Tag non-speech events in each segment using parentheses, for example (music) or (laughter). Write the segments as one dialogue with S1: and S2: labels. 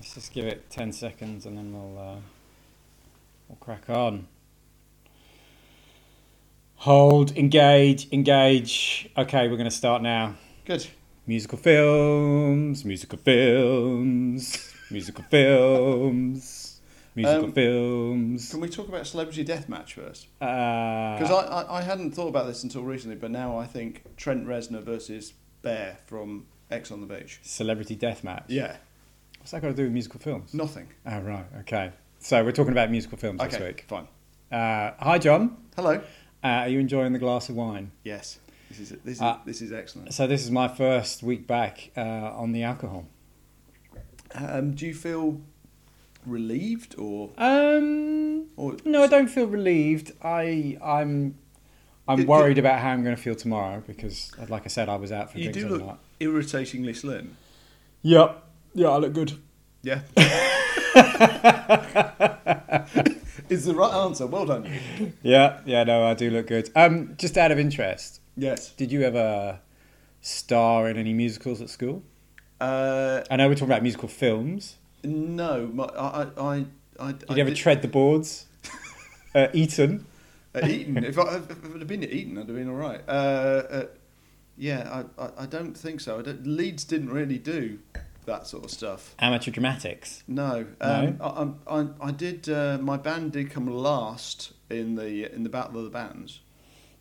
S1: just give it 10 seconds and then we'll, uh, we'll crack on. Hold, engage, engage. Okay, we're going to start now.
S2: Good.
S1: Musical films, musical films, musical films, musical
S2: Um,
S1: films.
S2: Can we talk about Celebrity Deathmatch first? Because
S1: Uh,
S2: I, I, I hadn't thought about this until recently, but now I think Trent Reznor versus Bear from X on the Beach.
S1: celebrity deathmatch.
S2: Yeah.
S1: What's that got to do with musical films?
S2: Nothing.
S1: Oh, right. Okay. So we're talking about musical films this
S2: okay.
S1: week.
S2: Fine.
S1: Uh, hi, John.
S2: Hello.
S1: Uh, are you enjoying the glass of wine?
S2: Yes. This is this is
S1: Uh,
S2: this is excellent.
S1: So this is my first week back uh, on the alcohol.
S2: Um, do you feel relieved or
S1: Um,
S2: or
S1: no, I don't feel relieved. I, I'm, I'm
S2: Did-
S1: worried about how I'm going to feel tomorrow because, like I said, I was out for
S2: You
S1: drinks
S2: do
S1: all
S2: look
S1: night.
S2: irritatingly
S1: (laughs)
S2: slim.
S1: Yep. Yeah, I look good. (laughs)
S2: Yeah. is the right answer. Well done. you.
S1: Yeah, yeah, no, I do look good. Um, just out of interest,
S2: Yes.
S1: did you ever star in any musicals at school?
S2: Uh,
S1: I know we're talking about musical films.
S2: no, my, I, I, I, I,
S1: Did
S2: I
S1: you ever
S2: did-
S1: tread the
S2: (laughs)
S1: boards? uh, Eton.
S2: At Eton, if, I, if I'd been at Eton, I'd have been all right. Uh, uh, yeah, I, I, I don't think so. I don't, Leeds didn't really do that sort of stuff.
S1: Amateur dramatics.
S2: No, um, I, I, I, I did. Uh, my band did come last in the in the Battle of the Bands,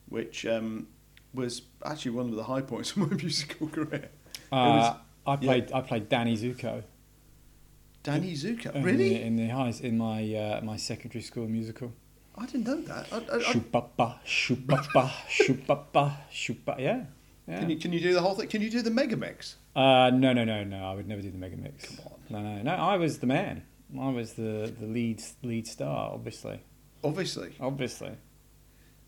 S2: which um, was actually one of the high points (laughs) of my musical career.
S1: Uh,
S2: was-
S1: I played. I played Danny Zuko.
S2: Danny Zuko,
S1: in
S2: really?
S1: the- In the, highs in my uh, my secondary school musical.
S2: I didn't know that. Uh, I, I, I,
S1: Shoo-ba-ba,
S2: (laughs)
S1: shoo-ba-ba, shoo-ba-ba, shoo-ba. Yeah. yeah.
S2: can you can you do the whole thing? Can you do the mega mix?
S1: Uh, no, no, no, no. I would never do the mega mix. Come on. No, no, no. I was the man. I was the the lead lead star. Obviously,
S2: Obviously,
S1: obviously.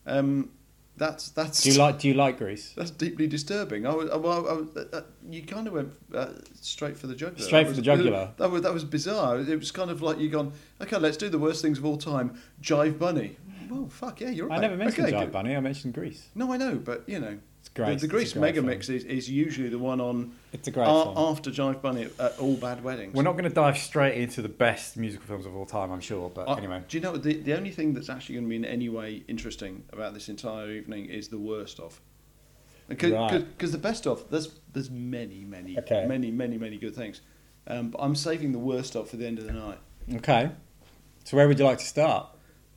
S2: um, that's that's.
S1: Do you like Do you like Greece?
S2: That's deeply disturbing. I was, well, I was, uh, uh, you kind of went uh, straight for the jugular.
S1: Straight
S2: That
S1: for
S2: was-
S1: the jugular.
S2: That was that was bizarre. It was kind of like you gone. Okay, let's do the worst things of all time. Jive Bunny. Well, fuck yeah, you're right.
S1: I never mentioned
S2: okay,
S1: Jive
S2: good.
S1: Bunny. I mentioned Greece.
S2: No, I know, but you know,
S1: It's
S2: the,
S1: great.
S2: the Grease Mega Mix Uh, is, is usually the one on
S1: It's a
S2: a-
S1: great film.
S2: after Jive Bunny at, at all bad weddings.
S1: We're not going to dive straight into the best musical films of all time, I'm sure. But
S2: I-
S1: anyway,
S2: do you know the the only thing that's actually going to be in any way interesting about this entire evening is the worst of. Because
S1: Right.
S2: the best of there's there's many many
S1: Okay.
S2: many many many good things, um, but I'm saving the worst of for the end of the night.
S1: okay. So where would you like to start?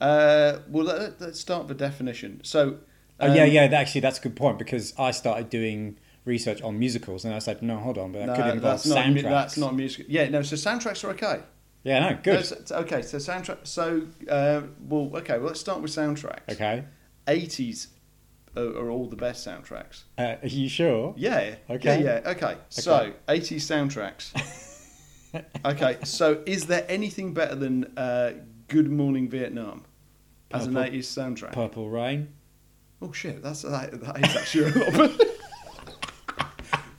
S2: Uh, well, let, let's start with definition. So,
S1: Oh yeah,
S2: um,
S1: yeah. that- Actually, that's a good point because I started doing research on musicals, and I said, no, hold on, but that
S2: no,
S1: could involve
S2: um, that's not mu-
S1: soundtracks.
S2: that's not music. Yeah, no. So soundtracks are okay.
S1: Yeah, no,
S2: No,
S1: good.
S2: so- okay, so soundtrack. So, uh, well, okay. Well, let's start with soundtracks.
S1: Okay.
S2: 80s are, are all the best soundtracks.
S1: Uh, are you sure?
S2: Yeah.
S1: Okay.
S2: Yeah, yeah. Okay. So, 80 soundtracks.
S1: (laughs)
S2: okay. So, is there anything better than uh, Good Morning Vietnam as an
S1: Purple.
S2: 80s soundtrack?
S1: Purple Rain.
S2: Oh, shit. That's, that, that is actually a lot better.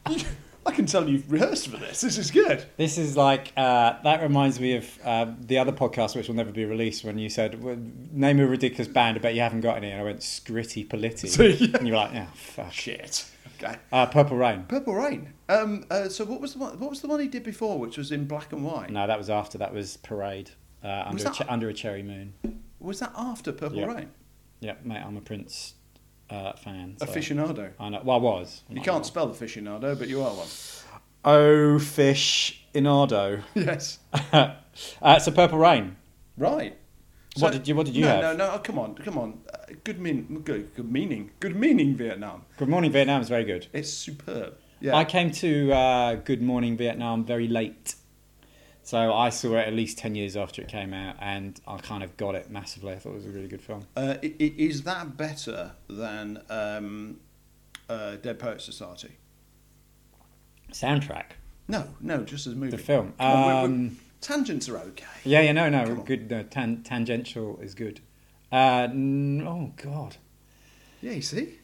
S2: (laughs) I can tell you've rehearsed for this. This is good. (laughs)
S1: This is like uh, that reminds me of uh, the other podcast, which will never be released. When you said well, name a ridiculous band, I bet you haven't got any, and I went Scritti Politti,
S2: So, (laughs) yeah.
S1: and you were like, oh fuck.
S2: Shit. Okay.
S1: Uh, Purple Rain.
S2: Purple Rain. Um, uh, so what was the one? What was the one he did before, which was in black and white?
S1: No, that was after. That was Parade uh, under,
S2: Was
S1: a
S2: that-
S1: che- under a cherry moon.
S2: Was that after Purple
S1: Yeah.
S2: Rain?
S1: Yeah, mate, I'm a Prince uh, fan. so-
S2: Aficionado.
S1: I know. Well, I was.
S2: You can't spell aficionado, but you are one. (laughs)
S1: Oh, fish inado.
S2: Yes.
S1: (laughs) uh, it's a purple rain.
S2: Right.
S1: What did you- what did you
S2: no,
S1: have?
S2: No, no, no. Come on, come on. Uh, good mean, good, good meaning, good meaning. Vietnam.
S1: Good morning, Vietnam is very good.
S2: It's superb. Yeah.
S1: I came to uh, Good Morning Vietnam very late, so I saw it at least ten years after it came out, and I kind of got it massively. I thought it was a really good film.
S2: uh, i- i- is that better than um, uh, Dead Poets Society?
S1: Soundtrack,
S2: No, no. Just as a movie.
S1: the film.
S2: Come on, we're- we're-
S1: Um,
S2: tangents are okay.
S1: yeah, yeah, no, no,
S2: Come on.
S1: good. No, tan- tangential is good. Uh, n- oh God,
S2: Yeah, you see.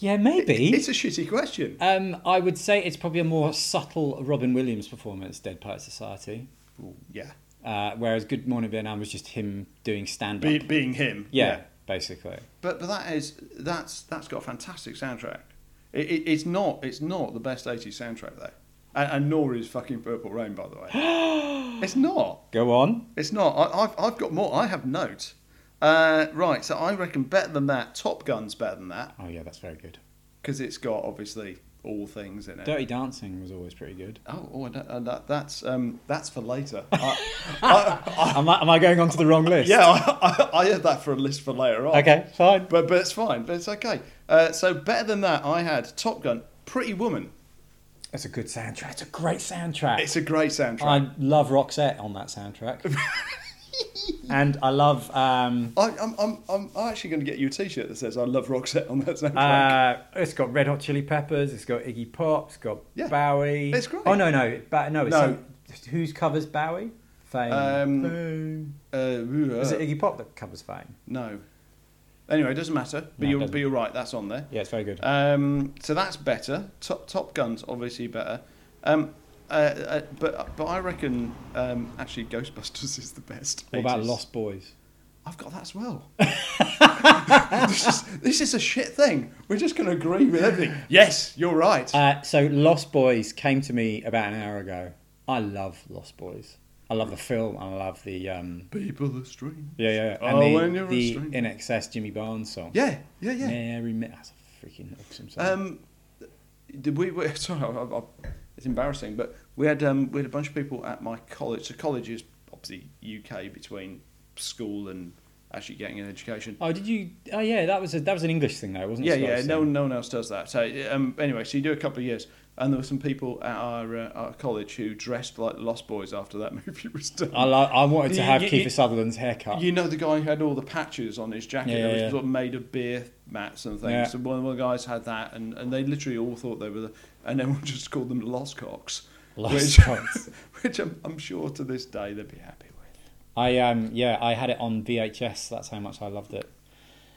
S1: yeah, maybe.
S2: It's a shitty question.
S1: Um, I would say it's probably a more subtle Robin Williams performance, Dead Poets Society,
S2: Ooh, yeah.
S1: uh, whereas Good Morning Vietnam was just him doing stand up.
S2: Be, being him.
S1: yeah, basically.
S2: But but that is that's that's got a fantastic soundtrack. It, it, it's not it's not the best 80s soundtrack though. and, and nor is fucking Purple Rain, by the way. it's not.
S1: Go on.
S2: It's not. I, I've, I've got more. I have note. Uh, right, so I reckon better than that. Top Gun's better than that
S1: Oh yeah, that's very good.
S2: because it's got obviously all things in it.
S1: Dirty Dancing was always pretty
S2: (laughs)
S1: good.
S2: Oh, oh and that, and that, that's um, that's for later. I, I, I,
S1: Am I, am I going on to the wrong list?
S2: yeah, I, I, I had that for a list for later on.
S1: Okay, fine.
S2: but but it's fine. But it's okay. Uh, so better than that, I had Top Gun, Pretty Woman.
S1: It's a good soundtrack. It's a great soundtrack.
S2: It's a great soundtrack.
S1: I love Roxette on that
S2: (laughs)
S1: soundtrack. and I love um,
S2: I, I'm, I'm, I'm actually going to get you a T-shirt that says "I love Roxette" on that soundtrack.
S1: uh, it's got Red Hot Chili Peppers, it's got Iggy Pop, it's got
S2: Yeah.
S1: Bowie.
S2: It's great.
S1: Oh no, no, it- ba- no, it's
S2: No.
S1: some- who's covers Bowie? Fame.
S2: Um,
S1: Fame.
S2: Uh, ooh, uh,
S1: Is it Iggy Pop that covers Fame?
S2: No. Anyway, it doesn't matter. But
S1: No, it
S2: you're
S1: doesn't.
S2: but you're right. That's on there.
S1: Yeah, it's very good.
S2: Um, so that's better. Top Top Gun's obviously better. Um, uh, uh, but but I reckon um, actually Ghostbusters (laughs) is the best.
S1: what about
S2: 80s.
S1: Lost Boys?
S2: I've got that as well. (laughs) this, is, this is a shit thing. We're just going to agree
S1: (laughs)
S2: with everything. Yes, you're right.
S1: Uh, so Lost Boys came to me about an hour ago. I love Lost Boys. I love the film. I love the um,
S2: People are strange.
S1: yeah, yeah, yeah.
S2: Oh,
S1: and
S2: when
S1: the,
S2: you're a
S1: the
S2: stranger.
S1: in excess Jimmy Barnes song.
S2: Yeah, yeah, yeah.
S1: Mary, Ma- that's a freaking awesome song.
S2: Um, did we? (laughs) we sorry, I, I, I- it's embarrassing, but we had um, we had a bunch of people at my college. So college is obviously UK between school and actually getting an education.
S1: oh, did you? Oh, yeah, that was a, that was an English thing though, wasn't
S2: yeah,
S1: it?
S2: yeah.
S1: Scottish
S2: No,
S1: thing?
S2: no one else does that. So um, anyway, so you do a couple of years, and there were some people at our, uh, our college who dressed like Lost Boys after that (laughs) movie was done.
S1: I lo- I wanted to
S2: You-
S1: have
S2: you-
S1: Kiefer
S2: you-
S1: Sutherland's haircut.
S2: You know the guy who had all the patches on his jacket
S1: Uh, Yeah,
S2: that was
S1: yeah.
S2: sort of made of beer mats and things.
S1: Yeah.
S2: So one of the guys had that, and, and they literally all thought they were the, and everyone (laughs) just called them Lost Cocks.
S1: Lost
S2: which,
S1: Cocks.
S2: (laughs) which I'm, I'm sure to this day they'd be happy with.
S1: I um yeah, I had it on VHS. That's how much I loved it.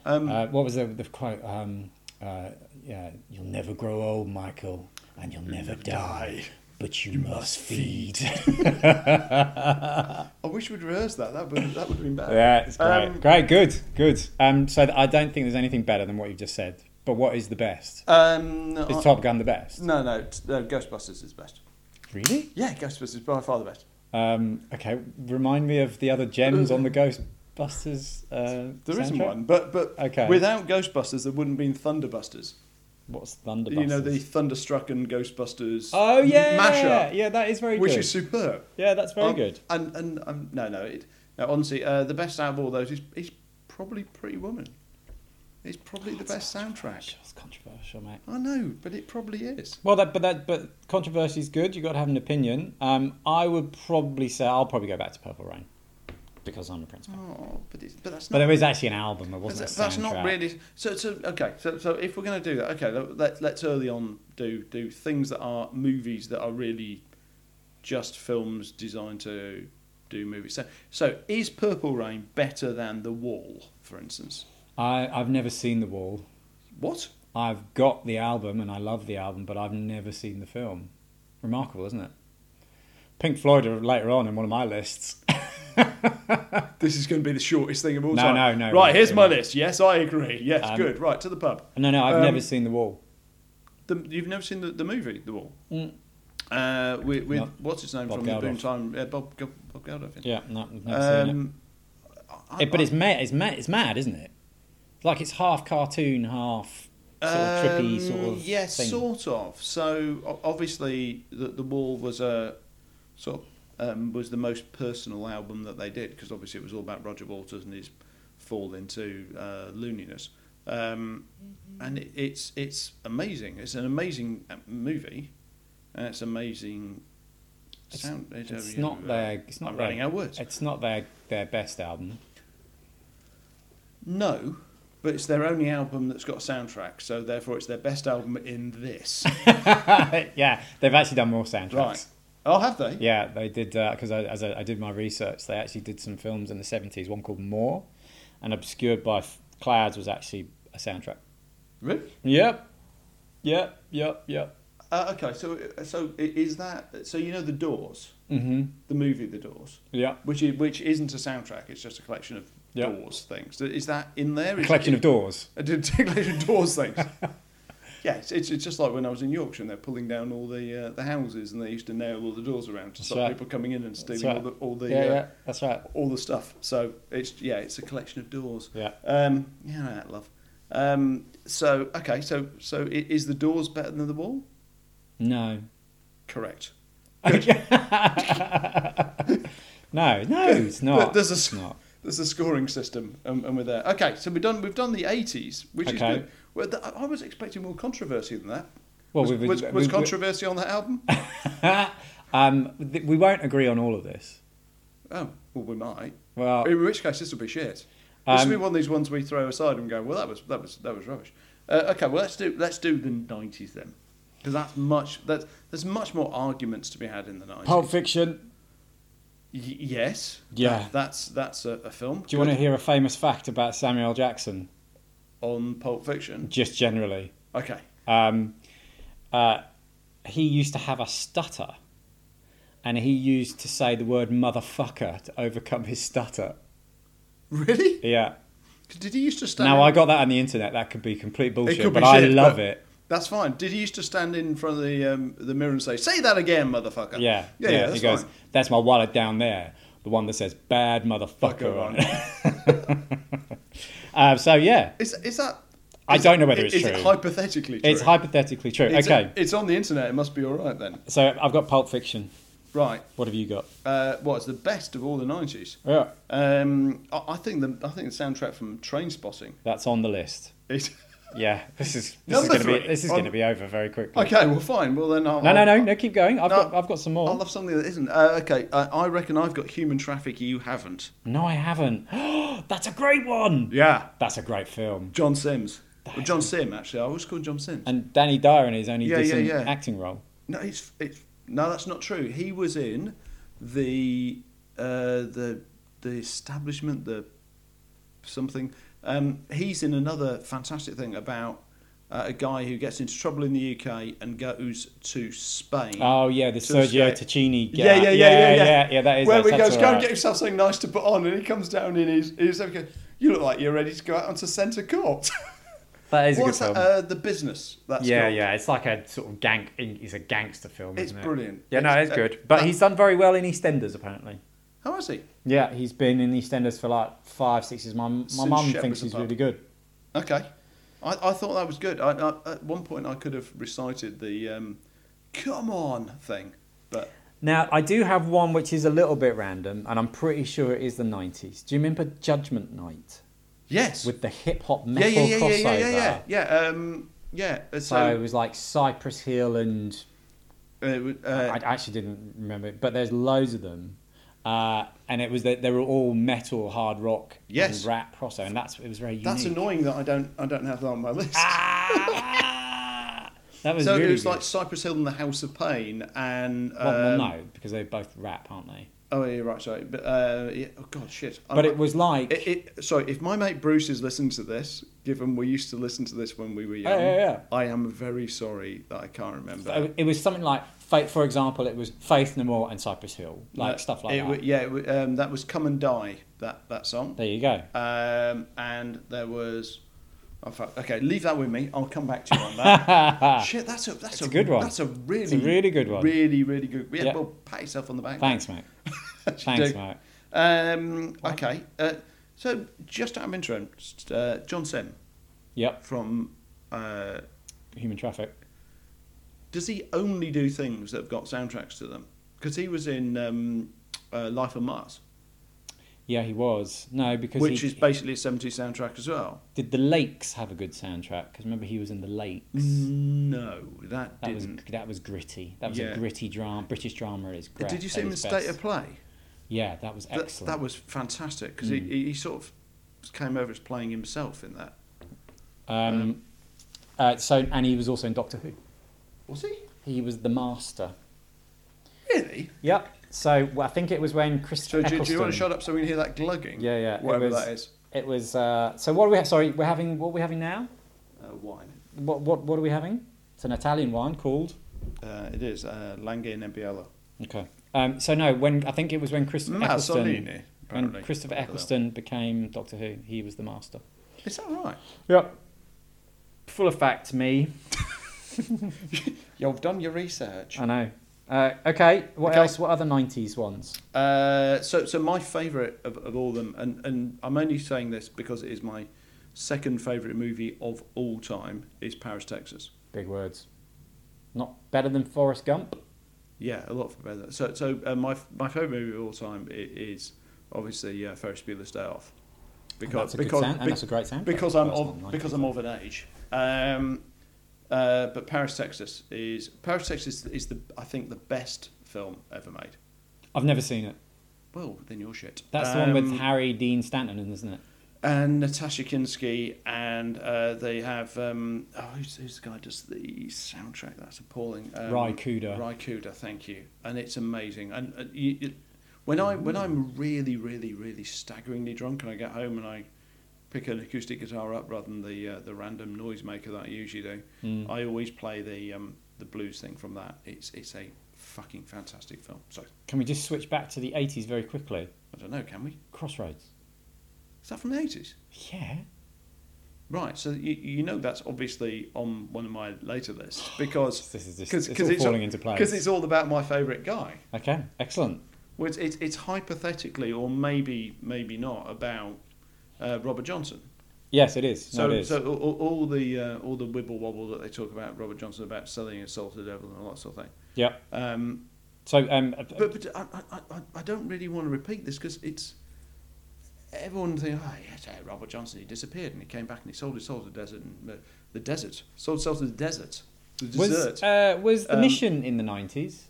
S2: Um,
S1: uh, what was the, the quote? Um, uh, yeah, you'll never grow old, Michael, and you'll never
S2: Mm.
S1: die, but you, must feed.
S2: I wish we'd rehearsed that. That would that would have been
S1: (laughs)
S2: better.
S1: yeah, it's great.
S2: Um,
S1: great, good, good. Um, so th- I don't think there's anything better than what you've just said. But what is the best?
S2: Um,
S1: Is
S2: I-
S1: Top Gun the best?
S2: no, no, t- no. Ghostbusters is best.
S1: Really?
S2: Yeah, Ghostbusters is by far the best.
S1: Um, okay, remind me of the other gems on the Ghostbusters. Uh,
S2: Uh, There isn't
S1: soundtrack?
S2: one, but but
S1: Okay.
S2: without Ghostbusters, there wouldn't have been Thunderbusters.
S1: What's Thunderbusters?
S2: You know the Thunderstruck and Ghostbusters.
S1: oh yeah,
S2: mashup,
S1: yeah, that is very
S2: which
S1: good.
S2: is superb.
S1: yeah, that's very
S2: Um,
S1: good.
S2: And and um, no, no, it, no. Honestly, uh, the best out of all those is is probably Pretty Woman. It's probably the best soundtrack.
S1: That's controversial, mate.
S2: I know, but it probably is.
S1: Well, that, but that, but controversy is good. You've got to have an opinion. Um, I would probably say I'll probably go back to Purple Rain because I'm a Prince fan.
S2: Oh, but it's, but that's
S1: But
S2: not.
S1: there is actually an album. There
S2: That's,
S1: wasn't a
S2: that's not
S1: soundtrack.
S2: really. So so okay. So so if we're going to do that, okay. let- Let, let's early on do do things that are movies that are really just films designed to do movies. So so is Purple Rain better than The Wall, for instance?
S1: I, I've never seen The Wall.
S2: What?
S1: I've got the album and I love the album, but I've never seen the film. Remarkable, isn't it? Pink Floyd are later on in one of my lists. (laughs)
S2: This is going to be the shortest thing of all
S1: No,
S2: time.
S1: no, no,
S2: Right,
S1: no,
S2: here's
S1: no.
S2: my list. Yes, I agree. Yes,
S1: Um,
S2: good. Right, to the pub.
S1: No, no, I've
S2: Um,
S1: never seen The Wall.
S2: The, you've never seen the, the movie The Wall?
S1: Mm.
S2: Uh, with with
S1: No.
S2: what's his name
S1: Bob
S2: from the Boom
S1: Geldof.
S2: Time? Uh, Bob, Bob, Bob Geldof.
S1: Yeah, no, I've never seen
S2: Um,
S1: it.
S2: I-
S1: it. But
S2: I-
S1: it's mad, it's mad, it's mad, isn't it? Like it's half cartoon, half sort of trippy, sort
S2: Um,
S1: of
S2: Yes,
S1: thing.
S2: sort of. So o- obviously, the, the Wall was a sort of um, was the most personal album that they did because obviously it was all about Roger Waters and his fall into uh, looniness. Um, and it, it's it's amazing. It's an amazing uh, movie, and it's amazing.
S1: It's-
S2: Sound. uh,
S1: It's not their. It's not
S2: I'm
S1: their,
S2: running out of words.
S1: It's not their their best album. (laughs)
S2: No, but it's their only album that's got a soundtrack, so therefore it's their best album in
S1: (laughs)
S2: this.
S1: yeah, they've actually done more soundtracks.
S2: right. Oh, have they?
S1: Yeah, they did because I, as I, I did my research, they actually did some films in the seventies. One called More, and Obscured by F- Clouds was actually a soundtrack.
S2: Really?
S1: Yep, yep, yep, yep.
S2: Uh, okay, so so i- is that so? You know the Doors,
S1: Mhm.
S2: the movie The Doors,
S1: Yep.
S2: which is, which isn't a soundtrack; it's just a collection of
S1: Yeah.
S2: Doors things. So Is that in there?
S1: A
S2: Is (laughs)
S1: collection of doors. (laughs)
S2: a d- collection of Doors things. Yeah, it's, it's, it's just like when I was in Yorkshire and they're pulling down all the uh, the houses and they used to nail all the doors around to
S1: That's
S2: stop
S1: right.
S2: people coming in and stealing
S1: right.
S2: all the all the
S1: yeah,
S2: uh,
S1: yeah, that's right.
S2: all the stuff. So it's yeah, it's a collection of doors.
S1: Yeah.
S2: Um, yeah, that love. Um, so okay, so so i- is the doors better than the wall?
S1: No.
S2: Correct.
S1: (laughs) Okay. no, no, it's not.
S2: there's a
S1: It's
S2: s-
S1: not. (laughs)
S2: There's a scoring system, um, and, and we're there. Okay, so we've done we've done the 80s, which
S1: Okay.
S2: is good. Well, th- I was expecting more controversy than that.
S1: Well,
S2: was,
S1: we've-
S2: was,
S1: we've-
S2: was
S1: we've-
S2: controversy on
S1: (laughs)
S2: that album?
S1: um, th- we won't agree on all of this.
S2: oh, well, we might.
S1: Well,
S2: In which case, this will be shit. This
S1: Uh, Um,
S2: will be one of these ones we throw aside and go, "Well, that was that was that was rubbish." Uh, okay, well let's do let's do the nineties then, because that's much that there's much more arguments to be had in the nineties.
S1: Pulp Fiction.
S2: Y- yes.
S1: Yeah.
S2: That- that's that's a, a film.
S1: Do you want to hear a famous fact about Samuel L. Jackson?
S2: on Pulp Fiction?
S1: Just generally,
S2: Okay.
S1: um, uh, he used to have a stutter, and he used to say the word "motherfucker" to overcome his stutter.
S2: Really?
S1: Yeah.
S2: Did he used to stand?
S1: Now I
S2: in-
S1: got that on the internet. That could be complete bullshit,
S2: could be
S1: but I
S2: shit,
S1: love
S2: but-
S1: it.
S2: That's fine. Did he used to stand in front of the um, the mirror and say, "Say that again, motherfucker"?
S1: Yeah,
S2: Yeah. yeah,
S1: he
S2: that's
S1: goes,
S2: fine.
S1: "That's my wallet down there, the one that says bad motherfucker
S2: Fucker
S1: on
S2: on
S1: (laughs) it." um, so yeah,
S2: Is is that?
S1: I
S2: is-
S1: don't know whether
S2: i-
S1: it's
S2: is
S1: true.
S2: It hypothetically true.
S1: it's hypothetically true.
S2: It's-
S1: okay,
S2: It's on the internet. It must be all right then.
S1: so I've got Pulp Fiction.
S2: Right.
S1: What have you got? Oh,
S2: Uh, what's the best of all the nineties?
S1: Yeah,
S2: Um, I, I think the I think the soundtrack from Train Spotting.
S1: that's on the list.
S2: Is, (laughs)
S1: Yeah, this is this
S2: Number
S1: is going to be
S2: three.
S1: this is
S2: On-
S1: going to be over very quickly.
S2: okay. Well, fine. Well, then I'll,
S1: No, no,
S2: I'll-
S1: no, no. Keep going. I've
S2: No.
S1: got I've got some more.
S2: I'll have something that isn't. Uh, okay, uh, I reckon I've got human traffic. You haven't.
S1: no, I haven't. (gasps) that's a great one.
S2: Yeah,
S1: That's a great film.
S2: John Sims. Well, John Sim actually. I always call him John Sims.
S1: And Danny Dyer in his only
S2: Yeah, yeah,
S1: decent
S2: yeah.
S1: acting role.
S2: No, it's, it's no, that's not true. He was in the uh, the the establishment, the something. Um, he's in another fantastic thing about uh, a guy who gets into trouble in the UK and goes to Spain.
S1: Oh yeah, the
S2: To
S1: Sergio
S2: escape.
S1: Ticini.
S2: Yeah, yeah, yeah, yeah, yeah,
S1: yeah, yeah, yeah. That is
S2: where
S1: that's,
S2: he goes.
S1: that's
S2: Go
S1: all
S2: and
S1: right.
S2: get yourself something nice to put on, and he comes down in his. his he goes, you look like you're ready to go out onto centre court.
S1: That
S2: (laughs)
S1: is a good
S2: What's that?
S1: film.
S2: Uh, the business. That's
S1: yeah,
S2: called.
S1: yeah. It's like a sort of gang. It's a gangster film.
S2: It's
S1: isn't it?
S2: brilliant.
S1: Yeah, no,
S2: It's-
S1: it's good. But
S2: uh,
S1: he's done very well in EastEnders apparently.
S2: How is he?
S1: Yeah, he's been in EastEnders for like five, six years. My my
S2: Since
S1: mum
S2: Shepherd's
S1: thinks he's
S2: Above.
S1: really good.
S2: Okay, I, I thought that was good. I, I, at one point, I could have recited the um, "Come on" thing, but
S1: Now I do have one which is a little bit random, and I'm pretty sure it is the '90s. Do you remember Judgment Night
S2: yes,
S1: with the hip hop
S2: yeah,
S1: metal
S2: yeah, yeah, yeah,
S1: crossover?
S2: yeah, yeah, yeah, yeah. Um, yeah. uh,
S1: So it
S2: So,
S1: was like Cypress Hill and
S2: uh, uh,
S1: I actually didn't remember it, but there's loads of them. Uh, and it was that they were all metal, hard rock,
S2: Yes.
S1: and rap crossover, and that's it was very unique.
S2: that's annoying that I don't I don't have that on my list.
S1: Ah! that was
S2: so
S1: really
S2: it was
S1: good.
S2: like Cypress Hill and the House of Pain, and um,
S1: well, well, no, because they both rap, aren't they?
S2: oh yeah, right, sorry, but uh, yeah, oh god, shit. I'm-
S1: But it was like
S2: It, it, so if my mate Bruce is listening to this, given we used to listen to this when we were young,
S1: yeah, Oh, yeah.
S2: I am very sorry that I can't remember.
S1: uh, it was something like Faith, for example, it was Faith No More and Cypress Hill, like
S2: No,
S1: stuff like
S2: it
S1: that.
S2: wa- yeah, it wa- um, that was "Come and Die" that that song.
S1: There you go. (laughs)
S2: Um, and there was, oh, fuck, okay, leave that with me. I'll come back to you on that. Shit, that's a
S1: (laughs)
S2: that's
S1: It's a good one.
S2: That's a really
S1: really good one.
S2: Really, really good. Yeah,
S1: Yeah.
S2: well, pat yourself on the back. (laughs)
S1: Thanks, mate.
S2: Should
S1: Thanks,
S2: do.
S1: mate.
S2: Um, okay, uh, so just out of interest, uh, John Sim
S1: Yep,
S2: from. Uh,
S1: human traffic.
S2: does he only do things that have got soundtracks to them? Because he was in um, uh, Life on Mars,
S1: Yeah, he was. No, because
S2: which
S1: he,
S2: is basically a 70s soundtrack as well.
S1: did the Lakes have a good soundtrack? Because remember, he was in the Lakes.
S2: Mm. No, that,
S1: That was
S2: didn't.
S1: that was gritty. That was a
S2: Yeah.
S1: gritty drama. British drama is great.
S2: Did you see
S1: at
S2: him in
S1: its
S2: State
S1: best.
S2: of Play?
S1: Yeah, that was
S2: That,
S1: excellent. Hmm.
S2: that was fantastic because he, he sort of came over as playing himself in that.
S1: um, uh, so, and he was also in Doctor Who.
S2: Was he?
S1: He was the master.
S2: Really?
S1: Yep. So well, I think it was when Christopher
S2: So do, do you want
S1: Eccleston-
S2: to shut up so we can hear that glugging?
S1: Yeah, yeah. it
S2: Whatever
S1: was-
S2: that is.
S1: It was. Uh, so what are we? Ha- sorry, we're having what are we having now?
S2: Uh, wine.
S1: What what what are we having? It's an Italian wine called.
S2: Uh, it is uh, Langhe and Nebbiolo.
S1: Okay. Um, so no, when I think it was when Christopher Eccleston.
S2: Mazzolini, apparently.
S1: When Christopher
S2: Fuck it up.
S1: Eccleston became Doctor Who, he was the master.
S2: Is that right?
S1: Yep. Full of fact, me.
S3: You've done your research.
S1: I know. Uh, okay, what
S2: Okay.
S1: else? What other 90s ones?
S2: Uh, so, so my favourite of, of all of them, and, and I'm only saying this because it is my second favourite movie of all time, is Paris, Texas.
S1: Big words. Not better than Forrest Gump?
S2: Yeah, a lot better. So, so uh, my my favourite movie of all time i- is obviously uh, Ferris Bueller's Day Off,
S1: that's a good sound, and that's a great sound.
S2: because I'm of, because I'm of an age. Um, uh, but Paris, Texas is Paris, Texas is the I think the best film ever made.
S1: I've never seen it.
S2: Well, then you're shit.
S1: That's the one with
S2: Um,
S1: Harry Dean Stanton, in, isn't it?
S2: and Natasha Kinsky, and uh, they have um, oh, who's, who's the guy who does the soundtrack? That's appalling. Um,
S1: Ry Cooder.
S2: Ry Cooder, thank you, and it's amazing. And uh, you, you, when I when I'm really, really, really staggeringly drunk, and I get home and I pick an acoustic guitar up rather than the uh, the random noisemaker that I usually do,
S1: Mm.
S2: I always play the um, the blues thing from that. It's it's a fucking fantastic film. So
S1: Can we just switch back to the 80s very quickly?
S2: I don't know, can we?
S1: Crossroads.
S2: Is that from the eighties?
S1: Yeah.
S2: Right, so you, you know that's obviously on one of my later lists because
S1: This is just
S2: Cause-
S1: it's
S2: cause
S1: all
S2: it's a-
S1: falling into place.
S2: because it's all about my favourite guy.
S1: okay, excellent.
S2: Well, it's, it's, it's hypothetically or maybe maybe not about uh, Robert Johnson.
S1: Yes, it is.
S2: So
S1: no, it is.
S2: so all, all- all the uh, all the wibble wobble that they talk about Robert Johnson about selling his soul to the devil and all that sort of thing.
S1: yeah.
S2: Um,
S1: So um, uh,
S2: but but I, I, I- I don't really want to repeat this because it's everyone think oh yes eh, Robert Johnson he disappeared and he came back and he sold his soul to the desert and uh, the desert sold his soul to the desert the desert.
S1: was uh, was the
S2: Um,
S1: mission in the 90s?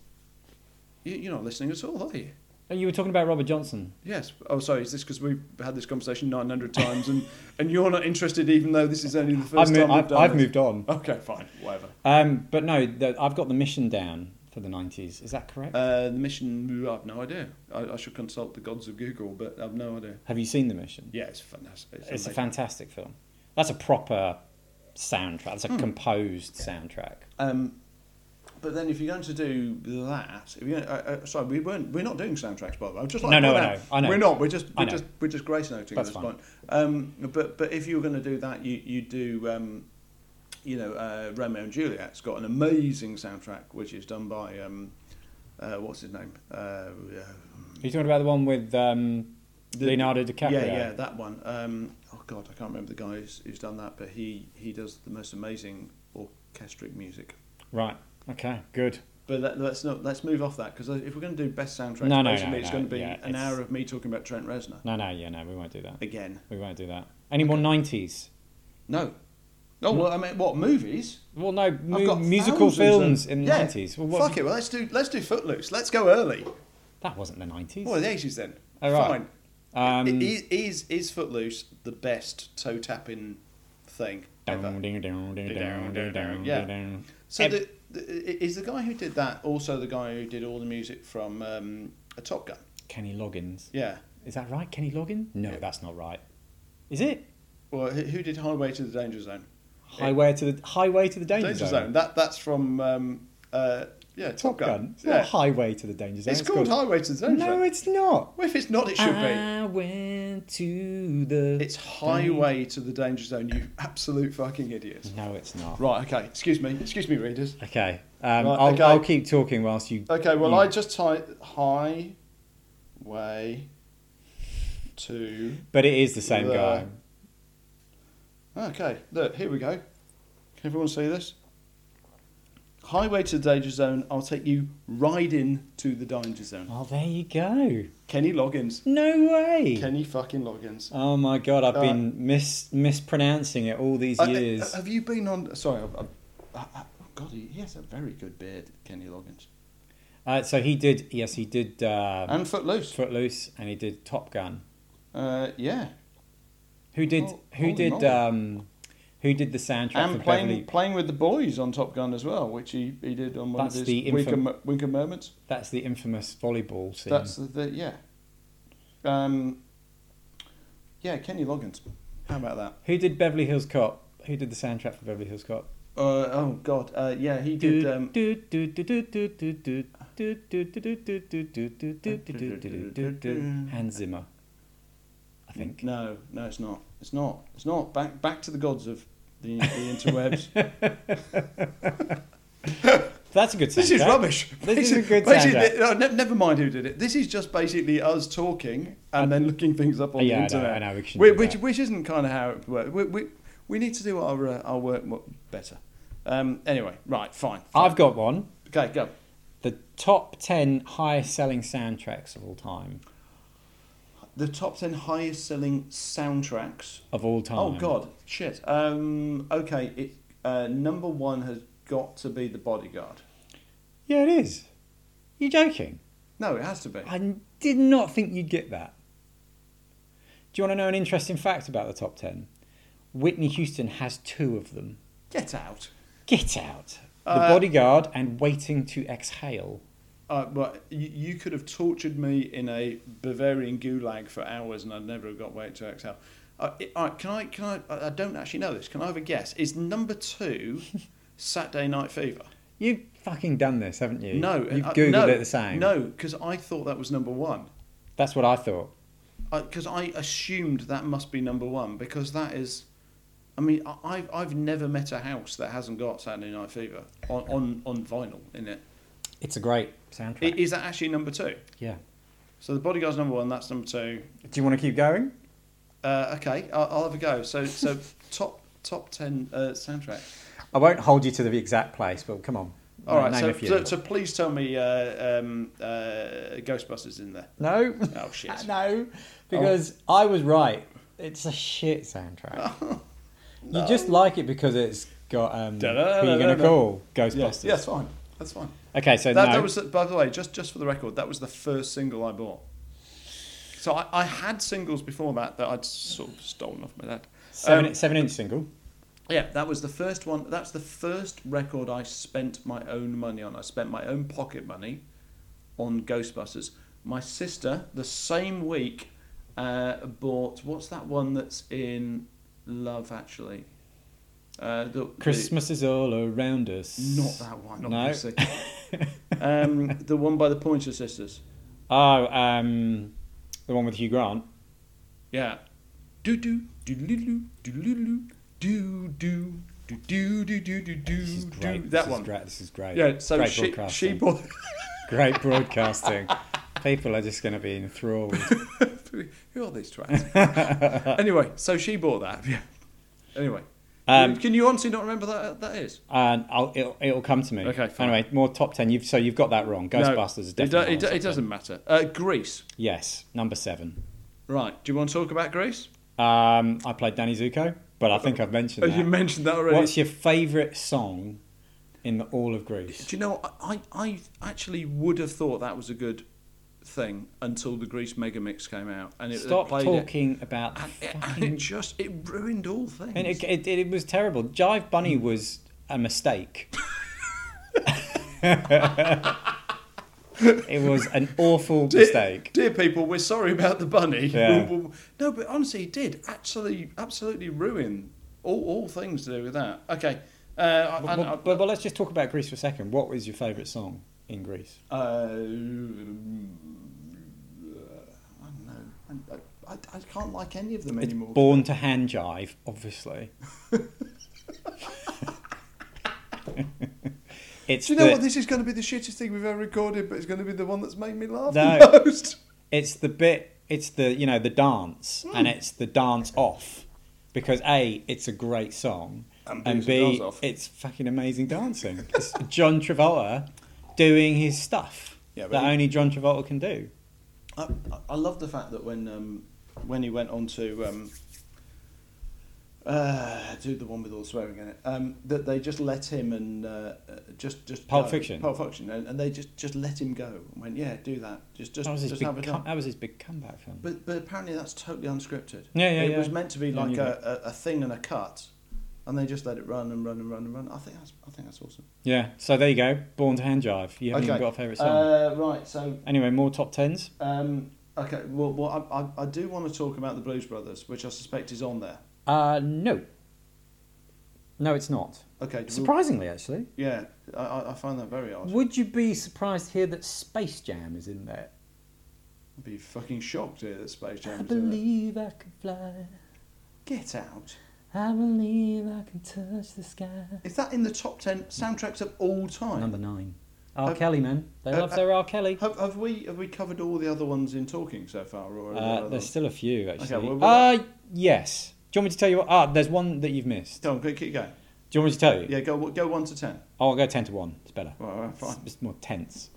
S2: You, you're not listening at all, are you?
S1: Oh, You were talking about Robert Johnson.
S2: Yes. Oh, sorry. Is this because we've had this conversation 900 times and, and you're not interested, even though this is only the 1st
S1: I've,
S2: time
S1: moved,
S2: we've
S1: I've,
S2: done
S1: I've
S2: this?
S1: moved on.
S2: Okay, fine, whatever.
S1: Um, but no, the, I've got the mission down for the 90s. Is that correct?
S2: Uh, the mission. I've no idea. I, I should consult the gods of Google, but I've no idea.
S1: Have you seen the mission?
S2: Yeah, it's fantastic.
S1: It's a
S2: amazing.
S1: fantastic film. That's a proper soundtrack. That's a
S2: Hmm.
S1: composed soundtrack.
S2: Um, but then, if you're going to do that, if you're going uh, uh, sorry, we weren't. We're not doing soundtracks, by the way. I'm just like
S1: No, no,
S2: point
S1: I know,
S2: out,
S1: I know.
S2: We're not. We're just.
S1: I
S2: We're
S1: know.
S2: just. We're just grace noting
S1: That's
S2: at this
S1: fine.
S2: point. Um, but but if you were going to do that, you you do. Um, you know, uh, Romeo and Juliet's got an amazing soundtrack, which is done by um, uh, what's his name? Uh,
S1: Are you talking about the one with um,
S2: The-
S1: Leonardo
S2: yeah,
S1: DiCaprio?
S2: yeah, that one. Um, oh God, I can't remember the guy who's, who's done that, but he he does the most amazing orchestric music.
S1: Right. Okay. Good.
S2: But let, let's not let's move off that because if we're going to do best soundtrack,
S1: No, no,
S2: basically
S1: no,
S2: it's
S1: no,
S2: going to be
S1: yeah,
S2: an
S1: it's-
S2: hour of me talking about Trent Reznor
S1: No, no, yeah, no, we won't do that.
S2: again.
S1: We won't do that. Any more 90s?
S2: No. Oh well, I mean, what movies?
S1: Well, no,
S2: I've
S1: mu-
S2: got
S1: musical
S2: thousands
S1: films
S2: of-
S1: in the
S2: yeah.
S1: 90s. Well, what,
S2: Fuck it. Well, let's do let's do Footloose. Let's go early.
S1: That wasn't the 90s.
S2: Well, the eighties then.
S1: All right.
S2: Fine.
S1: um,
S2: I- is, is is Footloose the best toe tapping thing ever?
S1: dun, dun, dun, dun, dun, dun, dun,
S2: Yeah.
S1: dun.
S2: So
S1: Um, Ev-
S2: the, the, is the guy who did that also the guy who did all the music from um, a Top Gun?
S1: Kenny Loggins.
S2: Yeah.
S1: Is that right? Kenny Loggins? No, that's not right. Is it?
S2: Well, who who did Highway to the Danger Zone?
S1: Highway to the Highway to the Danger,
S2: Danger Zone. That that's from um, uh, yeah
S1: Top Gun. It's
S2: Yeah.
S1: not Highway to the Danger Zone.
S2: It's called Highway to the Danger
S1: No, Uh,
S2: Zone.
S1: it's not.
S2: Well, if it's not, it should be.
S1: I went to the.
S2: It's Highway to the Danger Zone. You absolute fucking idiots.
S1: No, it's not.
S2: Right. Okay. Excuse me. Excuse me, readers.
S1: Okay. Um,
S2: Right,
S1: I'll,
S2: okay.
S1: I'll keep talking whilst you.
S2: Okay. Well,
S1: you-
S2: I just type Highway to.
S1: But it is the same
S2: The-
S1: guy.
S2: Okay. Look. Here we go. Can everyone see this? Highway to the Danger Zone. I'll take you riding to the Danger Zone.
S1: Oh, there you go.
S2: Kenny Loggins.
S1: No way.
S2: Kenny fucking Loggins.
S1: Oh my god, I've
S2: Uh,
S1: been mis- mispronouncing it all these
S2: Uh,
S1: years.
S2: uh, have you been on? Sorry, I've, I've, I, I, oh God, he, he has a very good beard, Kenny Loggins,
S1: Uh, so he did, yes, he did uh,
S2: and Footloose.
S1: Footloose and he did Top Gun.
S2: Uh, yeah,
S1: Who did?
S2: Oh,
S1: who
S2: holy
S1: did?
S2: moly.
S1: Um, who did the soundtrack
S2: and
S1: for
S2: playing
S1: Beverly?
S2: playing with the boys on Top Gun as well, which he, he did on one
S1: That's
S2: of
S1: the
S2: his
S1: infam-
S2: Winker, Mo- Winker moments.
S1: That's the infamous volleyball scene.
S2: That's the, the yeah, um, yeah, Kenny Loggins. How about that?
S1: Who did Beverly Hills Cop? Who did the soundtrack for Beverly Hills Cop?
S2: Uh, oh God, uh, yeah, he did. Um,
S1: Hans Zimmer, I think.
S2: No, no, it's not. It's not. It's not. Back back to the gods of the, the interwebs.
S1: That's a good soundtrack.
S2: this is rubbish.
S1: This is a good
S2: Basically-
S1: soundtrack.
S2: no, ne- never mind who did it. This is just basically us talking and then looking things up on
S1: Yeah, I
S2: the
S1: know,
S2: internet.
S1: I know, we shouldn't
S2: Whi-
S1: do
S2: which,
S1: that.
S2: which isn't kind of how it works. We, we, we need to do our uh, our work mo- better. Um, anyway, right, fine. fine.
S1: I've got one.
S2: okay, go.
S1: The top 10 highest selling soundtracks of all time.
S2: The top ten highest selling soundtracks
S1: Of all time.
S2: Oh God, shit. Um, okay, it, uh, number one has got to be the Bodyguard.
S1: Yeah, it is. You're joking.
S2: No, it has to be.
S1: I did not think you'd get that. Do you want to know an interesting fact about the top 10? Whitney Houston has two of them.
S2: Get out.
S1: Get out. The
S2: Uh,
S1: Bodyguard and Waiting to Exhale.
S2: Uh, well, you, you could have tortured me in a Bavarian gulag for hours, and I'd never have got wait to exhale. Uh, it, all right, can I? Can I? I- I don't actually know this. Can I have a guess? Is
S1: (laughs)
S2: number two Saturday Night Fever?
S1: You've fucking done this, haven't you?
S2: No,
S1: You've
S2: uh,
S1: Googled
S2: no,
S1: it the same.
S2: No, because I thought that was number one.
S1: That's what I thought.
S2: because I assumed that must be number one because that is, I mean, I, I've I've never met a house that hasn't got Saturday Night Fever on on, on vinyl in it.
S1: It's a great soundtrack.
S2: I- Is that actually number two?
S1: yeah.
S2: So the Bodyguard's number one. That's number two.
S1: Do you want to keep going?
S2: Uh, okay, I'll, I'll have a go. So so (laughs) top top ten uh, soundtrack.
S1: I won't hold you to the exact place, but come on.
S2: All right,
S1: name a
S2: so,
S1: few.
S2: so so please tell me uh, um, uh, Ghostbusters in there.
S1: no,
S2: Oh shit.
S1: Uh, (laughs) no, because
S2: Oh.
S1: I was right. It's a shit
S2: (laughs)
S1: soundtrack. You just like it because it's got um, who you going to
S2: Da-da-da-da-da.
S1: call
S2: Yeah,
S1: Ghostbusters.
S2: yeah, it's fine. That's fine.
S1: Okay, so
S2: That,
S1: Uh, no,
S2: that was, by the way, just just for the record, that was the first single I bought. So I, I had singles before that that I'd sort of stolen off my dad.
S1: seven,
S2: um,
S1: seven inch single.
S2: Yeah, that was the first one. That's the first record I spent my own money on. I spent my own pocket money on Ghostbusters. My sister, the same week, uh, bought what's that one that's in Love Actually? Uh, the, the-
S1: Christmas is all around us.
S2: not that one.
S1: No. (laughs)
S2: Obviously. um, the one by the Pointer Sisters.
S1: Oh, um, the one with Hugh Grant.
S2: Yeah. Do do do do do do do do do do do do do do
S1: This is
S2: do
S1: great. this
S2: that
S1: Is
S2: one.
S1: great. This is great.
S2: Yeah. So
S1: great
S2: she she
S1: broadcasting.
S2: bought. (laughs)
S1: great broadcasting. People are just going to be
S2: (laughs)
S1: enthralled.
S2: Who are these twats? (laughs) anyway, so she bought that. Yeah. Anyway,
S1: Um,
S2: can you honestly not remember that that is?
S1: and I'll, it'll, it'll come to me.
S2: Okay, fine.
S1: Anyway, more top ten. You've so you've got that wrong. Ghostbusters is
S2: No, it, do,
S1: definitely. not
S2: it, do- it
S1: top 10.
S2: doesn't matter. Uh, Greece.
S1: Yes, number seven.
S2: Right. Do you want to talk about Greece?
S1: Um, I played Danny Zuko, but I think I've mentioned
S2: Oh, you
S1: that.
S2: mentioned that already.
S1: What's your favourite song in the all of Greece?
S2: Do you know, I, I I actually would have thought that was a good thing until the Grease Megamix came out. and it, they
S1: Stop
S2: played It.
S1: talking about the
S2: And it, and it
S1: fucking.
S2: just, it ruined all things.
S1: And it, it, it was terrible. Jive Bunny
S2: Mm.
S1: was a mistake.
S2: (laughs)
S1: it was an awful
S2: Dear-
S1: mistake.
S2: Dear people, we're sorry about the bunny.
S1: Yeah.
S2: We'll- we'll- no, but honestly, it did actually absolutely ruin all, all things to do with that. Okay. Uh, I-
S1: But,
S2: I- I-
S1: but, but let's just talk about Greece for a second. What was your favourite song in Greece?
S2: Uh, I don't know. I, I, I can't like any of them
S1: It's
S2: anymore.
S1: Born to Hand Jive,
S2: (laughs)
S1: obviously. it's
S2: Do you know
S1: the,
S2: what? This is going to be the shittest thing we've ever recorded, but it's going to be the one that's made me laugh
S1: No.
S2: the most.
S1: it's the bit it's the you know the dance
S2: Hmm.
S1: and it's the dance off because a it's a great song
S2: And
S1: and,
S2: B, it's a
S1: b
S2: dance off.
S1: it's fucking amazing dancing. it's John Travolta doing his stuff
S2: Yeah, but
S1: that
S2: he-
S1: only John Travolta can do.
S2: I, I love the fact that when um, when he went on to um, uh, do the one with all the swearing in it, um, that they just let him and uh, uh, just just
S1: Pulp
S2: go.
S1: Fiction.
S2: Pulp Fiction, and, and they just just let him go and went, yeah, do that, just just
S1: That was his
S2: just have a
S1: big com-
S2: go.
S1: that was his big comeback film.
S2: But but apparently that's totally unscripted.
S1: Yeah, yeah,
S2: It
S1: yeah.
S2: was meant to be
S1: Yeah, I
S2: like
S1: knew
S2: a, a, a thing and a cut, and they just let it run and run and run and run. I think that's I think that's awesome.
S1: yeah, so there you go. Born to Hand Jive. You haven't
S2: okay.
S1: even got a favourite song.
S2: Uh, right, so
S1: anyway, more top tens.
S2: um, okay, well, well I, I, I do want to talk about the Blues Brothers, which I suspect is on there.
S1: Uh, no. No, it's not.
S2: Okay, do we-
S1: Surprisingly, actually.
S2: Yeah, I- I, I find that very odd.
S1: Would you be surprised here that Space Jam is in there?
S2: I'd be fucking shocked here that Space Jam
S1: I
S2: is in it.
S1: believe I can fly.
S2: Get out.
S1: I believe I can touch the sky.
S2: Is that in the top ten soundtracks of all time?
S1: Number nine. R.
S2: Uh,
S1: Kelly, man. They
S2: uh,
S1: love their R. Kelly.
S2: Have, have we have we covered all the other ones in talking so far, or are there
S1: Uh,
S2: other
S1: there's
S2: ones?
S1: still a few, actually.
S2: well, we'll-
S1: uh, yes. Do you want me to tell you what? Ah, there's one that you've missed. Do
S2: Go on, keep keep going.
S1: you want me to tell you?
S2: Yeah, go go one to ten.
S1: Oh, I'll go 10 to 1. It's better.
S2: All right,
S1: It's,
S2: fine.
S1: it's more tense.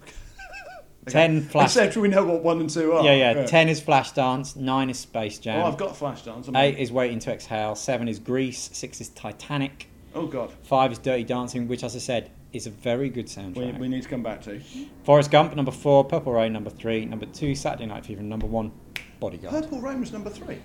S2: Okay.
S1: 10 flash.
S2: Except we know what one and two are.
S1: Yeah, yeah. 10 is Flashdance. 9 is Space Jam.
S2: Oh, I've got Flashdance. I'm-
S1: 8 is Waiting to Exhale. 7 is Grease. 6 is Titanic.
S2: Oh God,
S1: 5 is Dirty Dancing, which, as I said, is a very good soundtrack.
S2: we, we need to come back to.
S1: Forrest Gump, number 4. Purple Rain, number 3. Number 2, Saturday Night Fever. and Number 1, Bodyguard.
S2: Purple Rain was number three.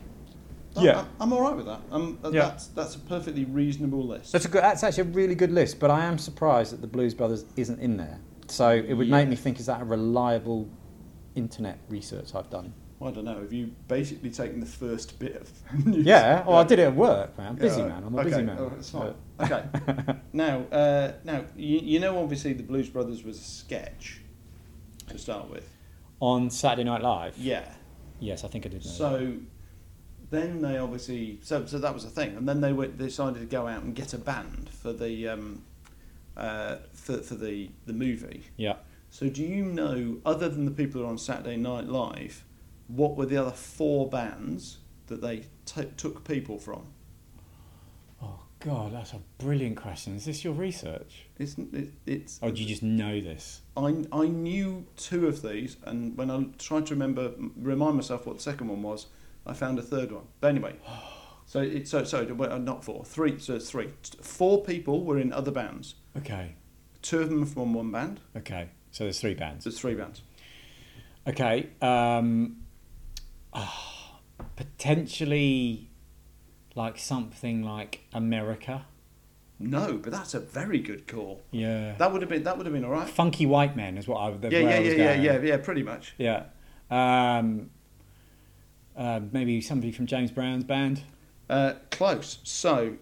S1: Yeah.
S2: I, am all right with that. Um, uh,
S1: Yeah.
S2: that's that's a perfectly reasonable list.
S1: That's a good. That's actually a really good list, but I am surprised that the Blues Brothers isn't in there. So it would make me think: is that a reliable internet research I've done?
S2: Well, I don't know. Have you basically taken the first bit of (laughs) news?
S1: Yeah. Well, I did it at work, man. I'm
S2: Yeah,
S1: busy
S2: all right.
S1: man. I'm a
S2: okay.
S1: busy man. Uh,
S2: all right, that's fine.
S1: But-
S2: okay.
S1: (laughs)
S2: Now, uh, now you, you know, obviously, the Blues Brothers was a sketch to start with.
S1: On Saturday Night Live.
S2: Yeah.
S1: Yes, I think I did. Know that.
S2: So then they obviously so so that was the thing, and then they went, they decided to go out and get a band for the um, uh, for for the the movie.
S1: Yeah.
S2: So do you know, other than the people who are on Saturday Night Live, what were the other four bands that they t- took people from?
S1: Oh God, that's a brilliant question. Is this your research?
S2: Isn't it? It's
S1: Or do you just know this?
S2: I, I knew two of these, and when I tried to remember, remind myself what the second one was, I found a third one. But anyway, so it's so so well, not four, three. So it's three. Four people were in other bands.
S1: Okay.
S2: Two of them from one band.
S1: Okay. So there's three bands.
S2: So it's three bands.
S1: Okay. Um, ah, potentially, like something like America.
S2: No, but that's a very good call.
S1: Yeah.
S2: That would have been that would have been all right.
S1: Funky white men is what I the
S2: Yeah,
S1: where
S2: yeah,
S1: I was
S2: yeah, yeah,
S1: going.
S2: yeah, yeah. Pretty much.
S1: yeah. Um, uh, maybe somebody from James Brown's band.
S2: Uh, close. So